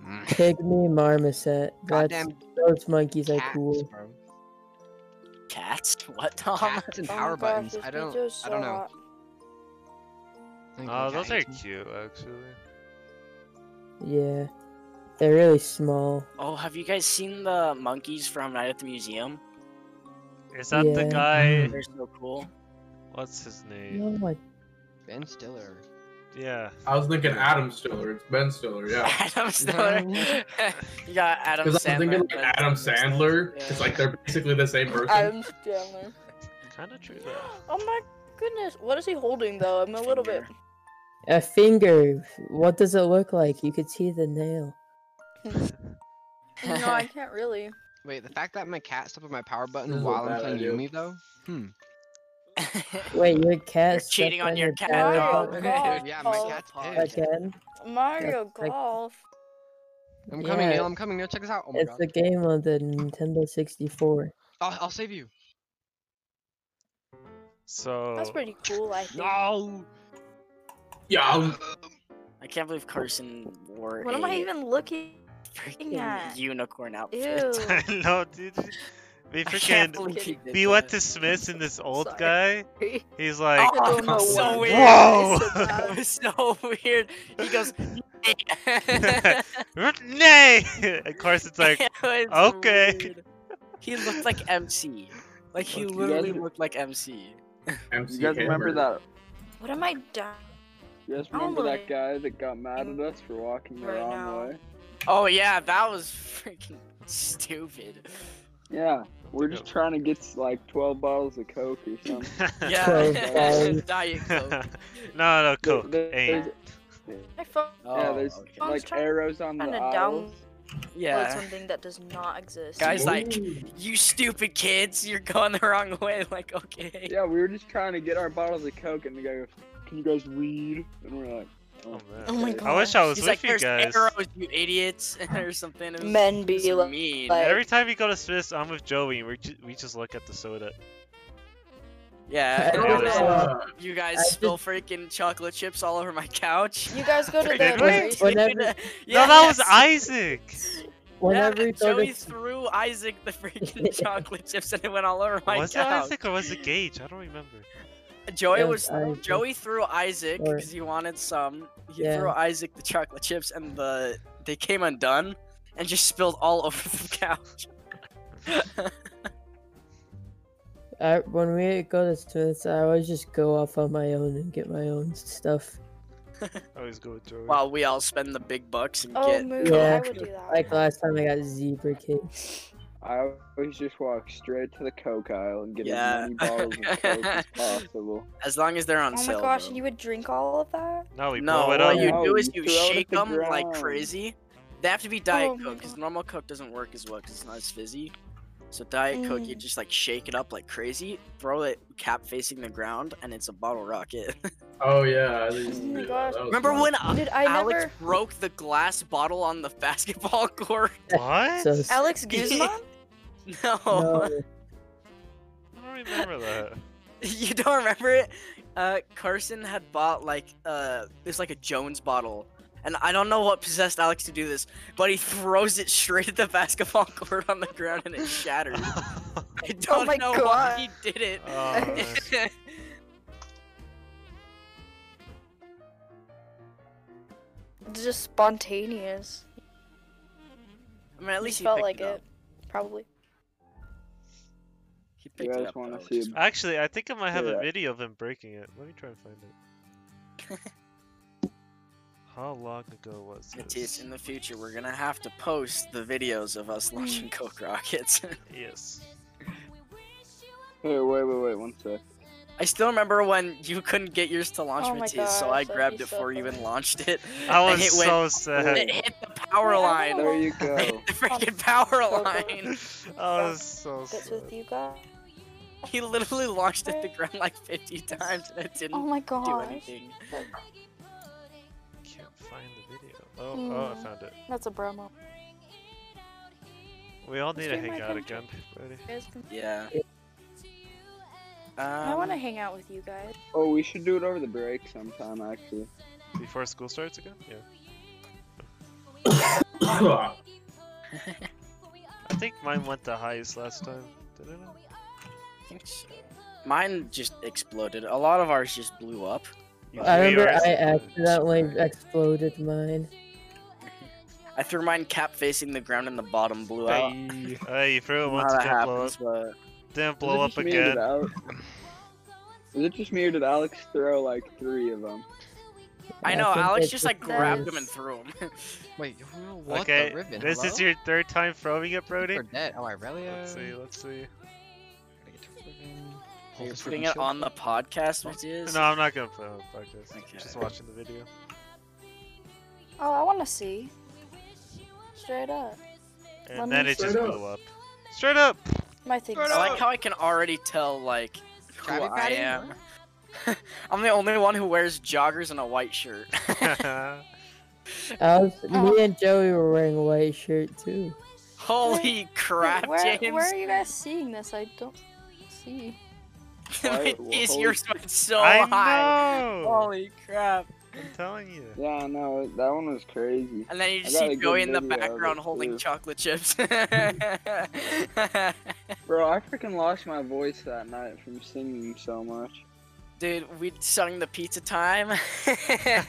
Mm. Pygmy marmoset. That's
Goddamn
those monkeys are
cats,
cool.
bro.
cats. What, Tom?
Cats and
Oh my
power
gosh,
buttons.
this
I don't.
pizza is
I don't
so
know.
hot.
I think
Oh,
we
those
got
are
eaten.
cute, actually.
Yeah, they're really small.
Oh, have you guys seen the monkeys from Night at the Museum?
Is that the
Yeah.
guy?
They're so cool.
Mm. What's his name?
Oh my
Ben Stiller.
Yeah.
I was thinking Adam Stiller. It's Ben Stiller, yeah.
Adam Stiller. you got Adam
Because I was
Sandler.
thinking like
but-
Adam Sandler.
Yeah.
It's like they're basically the same person.
Adam Sandler.
Kind of true though.
Oh my goodness, what is he holding though? I'm a little bit.
Finger.
A finger. What does it look like? You could see the nail.
No, I can't really.
Wait, the fact that my cat's up on my power button
This is a
while I'm
bad
playing
idea.
Yumi though.
Wait, your cat.
You're cheating
stepped
on your cat,
dog
dog.
God.
Yeah, my
Oh,
cat's pissed.
Again.
Mario
That's like-
Golf.
I'm coming,
Yeah.
Neil. I'm coming, Neil. Check this out. Oh my
It's
god.
the game on the Nintendo 64.
I'll, I'll save you.
So.
That's pretty cool, I think.
No.
Yeah, I'll-
I can't believe Carson wore
What am
a
I even looking
freaking
at?
unicorn outfit.
Ew.
I know, dude. We
I can't
freaking.
believe he did
Be what
that.
this Smiths and this old
Sorry.
guy.
Sorry.
He's like,
Oh,
don't know
that's so
why.
weird.
Whoa!
That was so weird. Oh, He goes, "Nay."
nay. Of course, it's like,
It was
okay.
weird. He looked like MC. Like he
Look, you
literally
guys-
looked like MC.
MC
You guys remember
Hammer.
that?
What am I doing?
You guys remember
Only-
that guy that got mad at us for walking the
Right
wrong
now.
way?
Oh yeah, that was freaking stupid.
Yeah, we're just trying to get like 12 bottles of Coke or something.
Yeah,
Twelve
dollars.
Diet
no,
Coke.
no,
There-
coke.
there-
Ain't.
there's-
My phone
Oh,
yeah, there's
okay.
I was
like
trying-
arrows on the
trying to
aisles.
yeah.
yeah.
something that does not exist.
Guys, like-
Ooh.
You stupid kids, you're going the wrong way. Like okay.
Yeah, we were just trying to get our bottles of Coke, and the guy goes, "Can you guys read?" And we're like,
Oh, man.
Oh my
I
god.
wish I was
He's
with
like,
you
"There's
guys.
arrows, you idiots," or something. It was,
Men
it was
be like,
mean.
like-
Every time we go to Smiths, I'm with Joey. We ju- we just look at the soda.
yeah.
Oh,
and
don't
then
know.
uh,
You guys
I
spill freaking chocolate chips all over my couch.
You guys go to the
Did we?
very
Yes, we did
Whenever-
that.
No, that was
Yes.
Isaac.
Whenever
yeah,
you go
Joey
to
threw Isaac the freaking chocolate chips and it went all over my
was it
couch.
Isaac or was it Gage? I don't remember.
Joey
Yes,
was
Isaac.
Joey threw Isaac
Or-
because he wanted some. He
Yeah.
threw Isaac the chocolate chips and the they came undone and just spilled all over the couch.
I, when we go to Smith's, I always just go off on my own and get my own stuff.
I always go with Joey.
While we all spend the big bucks and
Oh,
get
move. I
Yeah.
would do that. Oh
Like last time, I got zebra cake.
I always just walk straight to the Coke aisle and get
Yeah.
as many bottles of Coke as possible.
as long as they're on
oh my
sale.
gosh,
bro.
and you would drink all of that?
No, we
no,
blow it
what
up.
you
No,
do is
you
you
throw it at
shake
the
them like
ground.
crazy. They have to be diet
Oh my
coke because
God.
normal coke doesn't work as well because it's not as fizzy. So diet coke, you
Mm.
just like shake it up like crazy, throw it cap facing the ground, and it's a bottle rocket.
oh yeah. I think-
Oh my
yeah,
gosh.
that was
Remember
fun.
when uh,
Dude, I
Alex
never.
broke the glass bottle on the basketball court?
What?
So s-
Alex Guzman?
No,
no,
Oh.
I don't remember that.
you don't remember it. uh, Carson had bought like uh, it's like a Jones bottle, and I don't know what possessed Alex to do this, but he throws it straight at the basketball court on the ground and it shatters. I don't
Oh my
know
God.
why he did it.
Oh, man.
It's just spontaneous.
I mean, at least
Just
he
felt
picked
like
it. Up.
it. Probably.
He
You
picked it
guys
up.
want
though,
to
which
see?
is-
A...
Actually, I think I might have a
Yeah.
video of him breaking it. Let me try and find it. How long ago was
It is
this?
in the future. We're gonna have to post the videos of
Mm.
us launching Coke rockets.
Yes.
Hey, wait, wait, wait, one sec.
I still remember when you couldn't get yours to launch,
Oh my
Matisse, so I
gosh, that'd
grabbed
be
it
so
for you and
funny.
launched it.
I
and
was
it
so sad.
Went, it hit the power
Wait, I Oh,
line.
wanna
There you go.
the freaking power
Coke
line.
I was so
That's
sad.
with you guys.
He literally launched at the ground like 50 times and it didn't
Oh my
do
gosh.
anything.
Can't find the video. Oh, oh, I
Mm.
found it.
That's a bro moment.
We all need
Let's
to
read my
hang out again,
contract.
buddy.
Yeah. Um,
I want to hang out with you guys.
Oh, we should do it over the break sometime, actually.
Before school starts again? Yeah. I think mine went the highest last time. Did it? not?
think so. Mine just exploded. A lot of ours just blew up.
You
I
three
remember
hours
I
ago.
accidentally exploded mine.
I threw mine cap facing the ground and the bottom blew out.
Hey.
Hey, you threw it
How
once,
that
didn't blow up.
happens, but
Didn't
Is
blow
it
up
just me or did
again.
Al- Is it just me or did Alex throw like three of them?
I know
think
Alex
it
just like grabbed him and
was-
threw him.
Wait, who what
Okay,
the ribbon?
this
Hello?
is your third time throwing it, Brody.
You're dead. Oh, Irelia.
Let's see, let's see.
Gotta get to ribbon.
You're putting it on the podcast, which is
No, I'm not gonna play on the podcast.
Okay.
Just watching the video.
Oh, I want to see. Straight up.
And
Let me
then it just
Straight up.
blew up. Straight up!
My thing's
I like how I can already tell like who
Krabby
I
Patty?
am. I'm the only one who wears joggers and a white shirt.
I was,
Oh.
me and Joey were wearing a white shirt too.
Holy crap,
where,
James!
where are you guys seeing this? I don't see.
Why- wh-
Matisse,
holy
yours
shit.
went so
I
high.
know!
Holy crap!
I'm telling you.
Yeah, I know. That one was crazy.
And then you
I
just
got
see
a good
Joey in the
video of it,
background holding
too.
chocolate chips. Dude,
Bro, I freaking lost my voice that night from singing so much.
we sung the pizza time.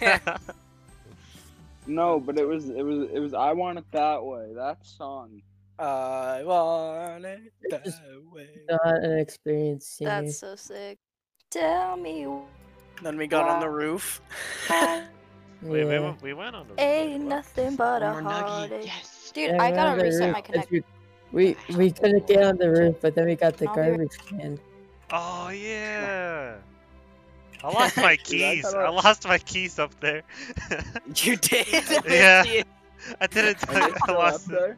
No, but it was it was it was I want it that way. That song.
I want it that
It's
way.
Not an experienced singer.
That's so sick. Tell me
Then we got on the roof.
why
Wait, we,
Yeah.
went, we went on the
ain't nothing but a
More nugget.
heartache.
Yes.
Dude,
Yeah,
I
we're on
gotta
the
reset
roof,
my
'cause
connection.
we- We we couldn't get on the roof, but then we got the
I'll be right-
garbage can.
Oh yeah. I lost my
Dude, I
keys.
thought
I
I-
lost my keys up there.
You did.
Yeah. I didn't.
Are they
I
still up
lost. It.
there?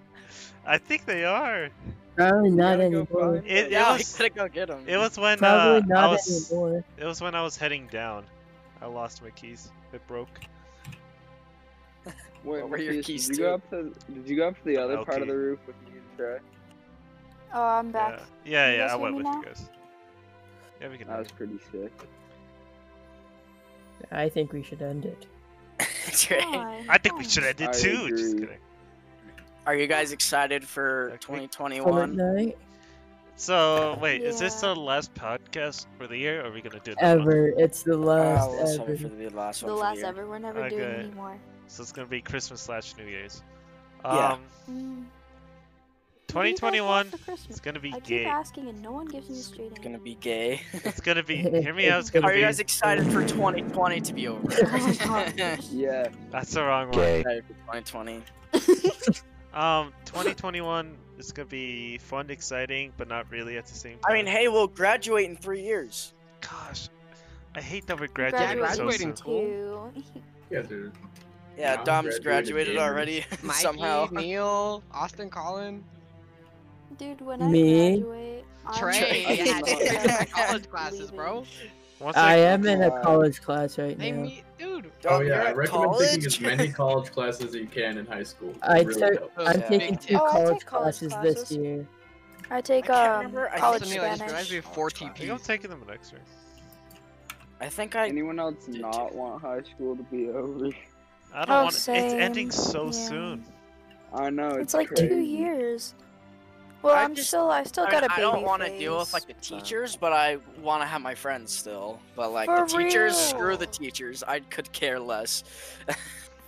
I think they are.
Probably not
gotta go
anymore.
find
It, it
Yeah, we
was.
gotta go get him.
It was when uh,
Probably
I
not
was.
anymore.
It was when I was heading down. I lost my keys. It broke.
Wait,
What were your
Matisse,
keys
Oh, Did
to?
you go up to Did you go up to the other part
Okay.
of the roof with me and Trey?
Oh, I'm back.
Yeah,
Can you
yeah,
guys
I
hear
went
me
with
now?
you guys. Yeah, we can.
That
do
was
it.
pretty sick.
I think we should end it.
Trey,
Why?
I think we
Oh.
should end
I
it too. Just
agree.
kidding.
Are you guys excited for
Next week.
Good
2021?
night.
So wait, is this
Yeah.
the last podcast for the year? Or are we gonna do another one?
Ever. It's
Ah,
the last
Oh, let's hope
ever.
it for the last one.
The
for
last
year.
ever. We're never doing
Okay.
anymore.
So it's gonna be Christmas slash New Year's. Um,
Yeah.
Mm. What do you guys
2021
want for Christmas?
is gonna be
I keep
gay.
asking and no one gives me a straight
It's
answer.
gonna be gay.
It's gonna be. Hear me out. It's gonna
Are you
be.
guys excited for 2020 to be over?
Oh my God.
Excited
Yeah.
That's the wrong one.
for 2020.
Um, 2021 is gonna be fun, exciting, but not really at the same time.
I mean, hey, we'll graduate in three years.
gosh, I hate that we're
Graduating
graduating so
graduating
soon.
too.
too.
Yeah, dude.
Yeah,
Yeah, I'm
Dom's
graduating
graduated
again.
already
Mikey,
somehow.
Neil, Austin, Colin,
Dude, when I
Me?
graduate, I'm
Trey.
Trey.
Yeah, dude,
Yeah.
you're in my college classes, bro.
Once
I
I-
am in a
uh,
God.
college class right
They
now.
meet, dude.
Oh
Dom,
yeah,
you're
I
at
recommend taking as
college?
many college classes as you can in high school. It
I
really
took-
helps.
I'm
Yeah.
taking two
Oh, I take
college
college
classes
classes.
this year.
I
I
take
can't
um
remember. I
college
Austin, Neil, I just
Spanish.
realized we have four TPs.
I think I'm taking them next year.
I think I.
Anyone else not want high school to be over?
I
Oh,
don't want to. It's ending
same.
so
Yeah.
soon.
I
Oh,
know it's,
It's like
crazy.
two years. Well,
I
I'm
just-
still, I still
I,
got a baby
I don't
want
wanna
to
deal with like the teachers, but I want to have my friends still. But like the
For
teachers, screw the
real.
teachers. I could care less.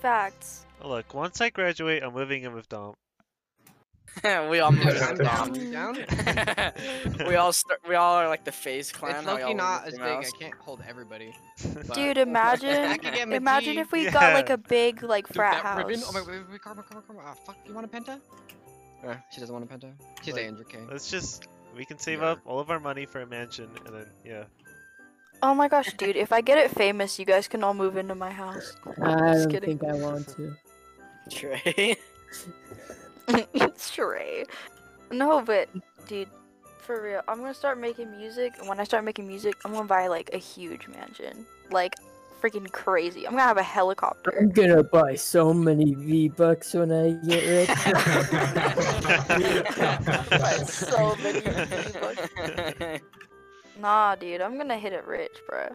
Facts.
Look, once I graduate, I'm living in with Dom.
we all moved
Yeah.
on. Dom.
Mm.
Down? It's
we all start, we all are like the phase clan. how we all
lucky
live
not
with
as big.
everyone
I
else.
can't hold everybody.
Dude,
I
imagine,
could get
imagine
McGee.
if we got like
Yeah.
a big like
Dude,
frat
that ribbon-
house.
Oh my wait, wait, karma, karma, karma. Ah, fuck. You want a penta?
Yeah. uh,
She doesn't want a penta. She's
Like-
800k.
Let's just we can save
Yeah.
up all of our money for a mansion and then yeah.
Oh my gosh, dude! If I get it famous, you guys can all move into my house.
I
Just
don't
kidding.
think I want to.
Trey.
Trey. No, but dude, for real, I'm gonna start making music, and when I start making music, I'm gonna buy like a huge mansion, like freaking crazy. I'm gonna have a helicopter.
I'm gonna buy so many V Bucks when I get rich.
Like, so many people. Nah, dude, I'm gonna hit it rich, bro.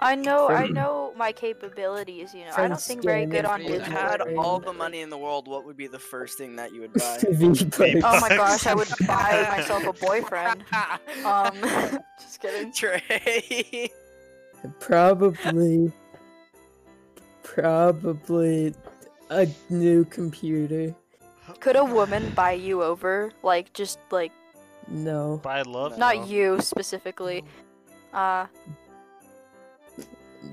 I know, I
Friend-
know my capabilities. You know, I don't
friends
think very
game
good
is
on
If you
You
Discord.
had
Right.
all the money in the world. What would be the first thing that you would buy?
V
Oh
Bucks.
my gosh, I would buy myself a boyfriend. Um, just kidding.
Trey.
Probably. Probably a new computer.
Could a woman buy you over? Like, just like,
No.
Buy love.
No.
not you specifically. Uh,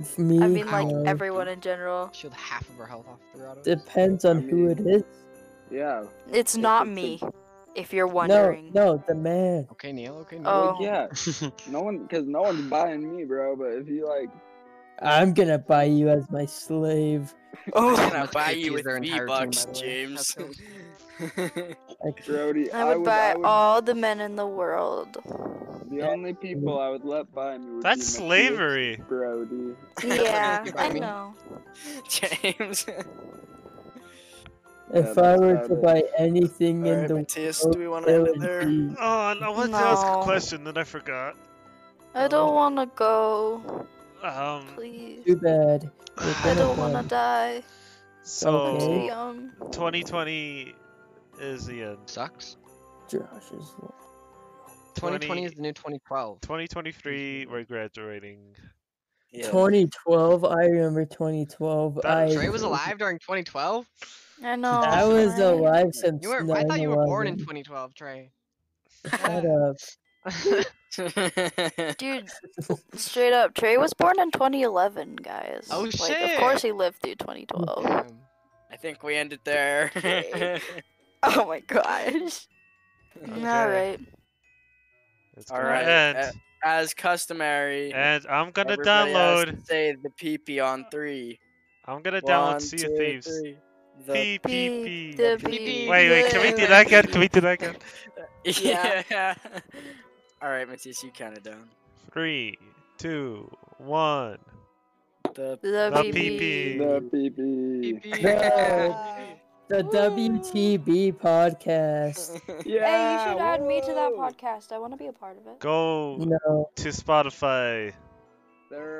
F- Me.
I mean, like,
no.
everyone in general.
Shield half of her health off throughout it.
Depends on who it is.
Yeah.
It's
If
not
it's a-
me, if you're wondering.
No, no, the man.
Okay, Neil. Okay, Neil.
Oh,
Well, yeah. No one, because no one's buying me, bro. But if you like,
I'm gonna buy you as my slave.
I'm
How
gonna
much
buy
AP
you
is
with
their
V
entire team,
bucks,
by the way?
James.
That's
Like,
Brody,
I would buy
I would,
all the men in the world.
the only people I would let buy me. Would
That's
be Matthias,
slavery.
Brody.
Yeah,
You buy
I
me?
know.
James.
if
Yeah,
I
that's
were
about
to
it.
buy anything in
Alright,
the
Matthias,
world,
do we want to
it
end it
would
there?
be-
Oh, and I wanted to ask
No.
a question that I forgot.
I don't want to go.
Um,
Please.
too bad. We're
I
gonna
don't want to
die.
die. I'm
so
too
Okay.
young.
2020 is the end.
Sucks.
Josh is.
2020 is the new 2012.
2023, we're graduating.
Yeah.
2012. I remember 2012.
That-
I.
Trey was alive during 2012.
I know.
I was
right?
alive since
You were. I thought you were born in 2012, Trey.
2012. Shut up.
Dude, straight up, Trey was born in 2011, guys.
Oh,
like, Of
shit.
course, he lived through 2012.
Damn.
I think we ended there.
Okay. oh my gosh. All
Okay.
right.
It's
All
gonna
right,
end.
uh, As customary,
and I'm gonna
everybody has to
download.
say the PP on three.
I'm gonna
One,
download Sea
two,
of Thieves.
three. The
Pee
P-
pee
the
pee.
B-
Wait, wait, can we do that again? Can we do that again?
Yeah. All right, Matisse, you count it down.
Three, two, one.
The
The
The
PP.
PP.
The PP.
PP.
The WTB podcast.
Yeah.
hey, you should add me to that
whoa.
podcast. I want to be a part of it.
Go
No.
to Spotify.
There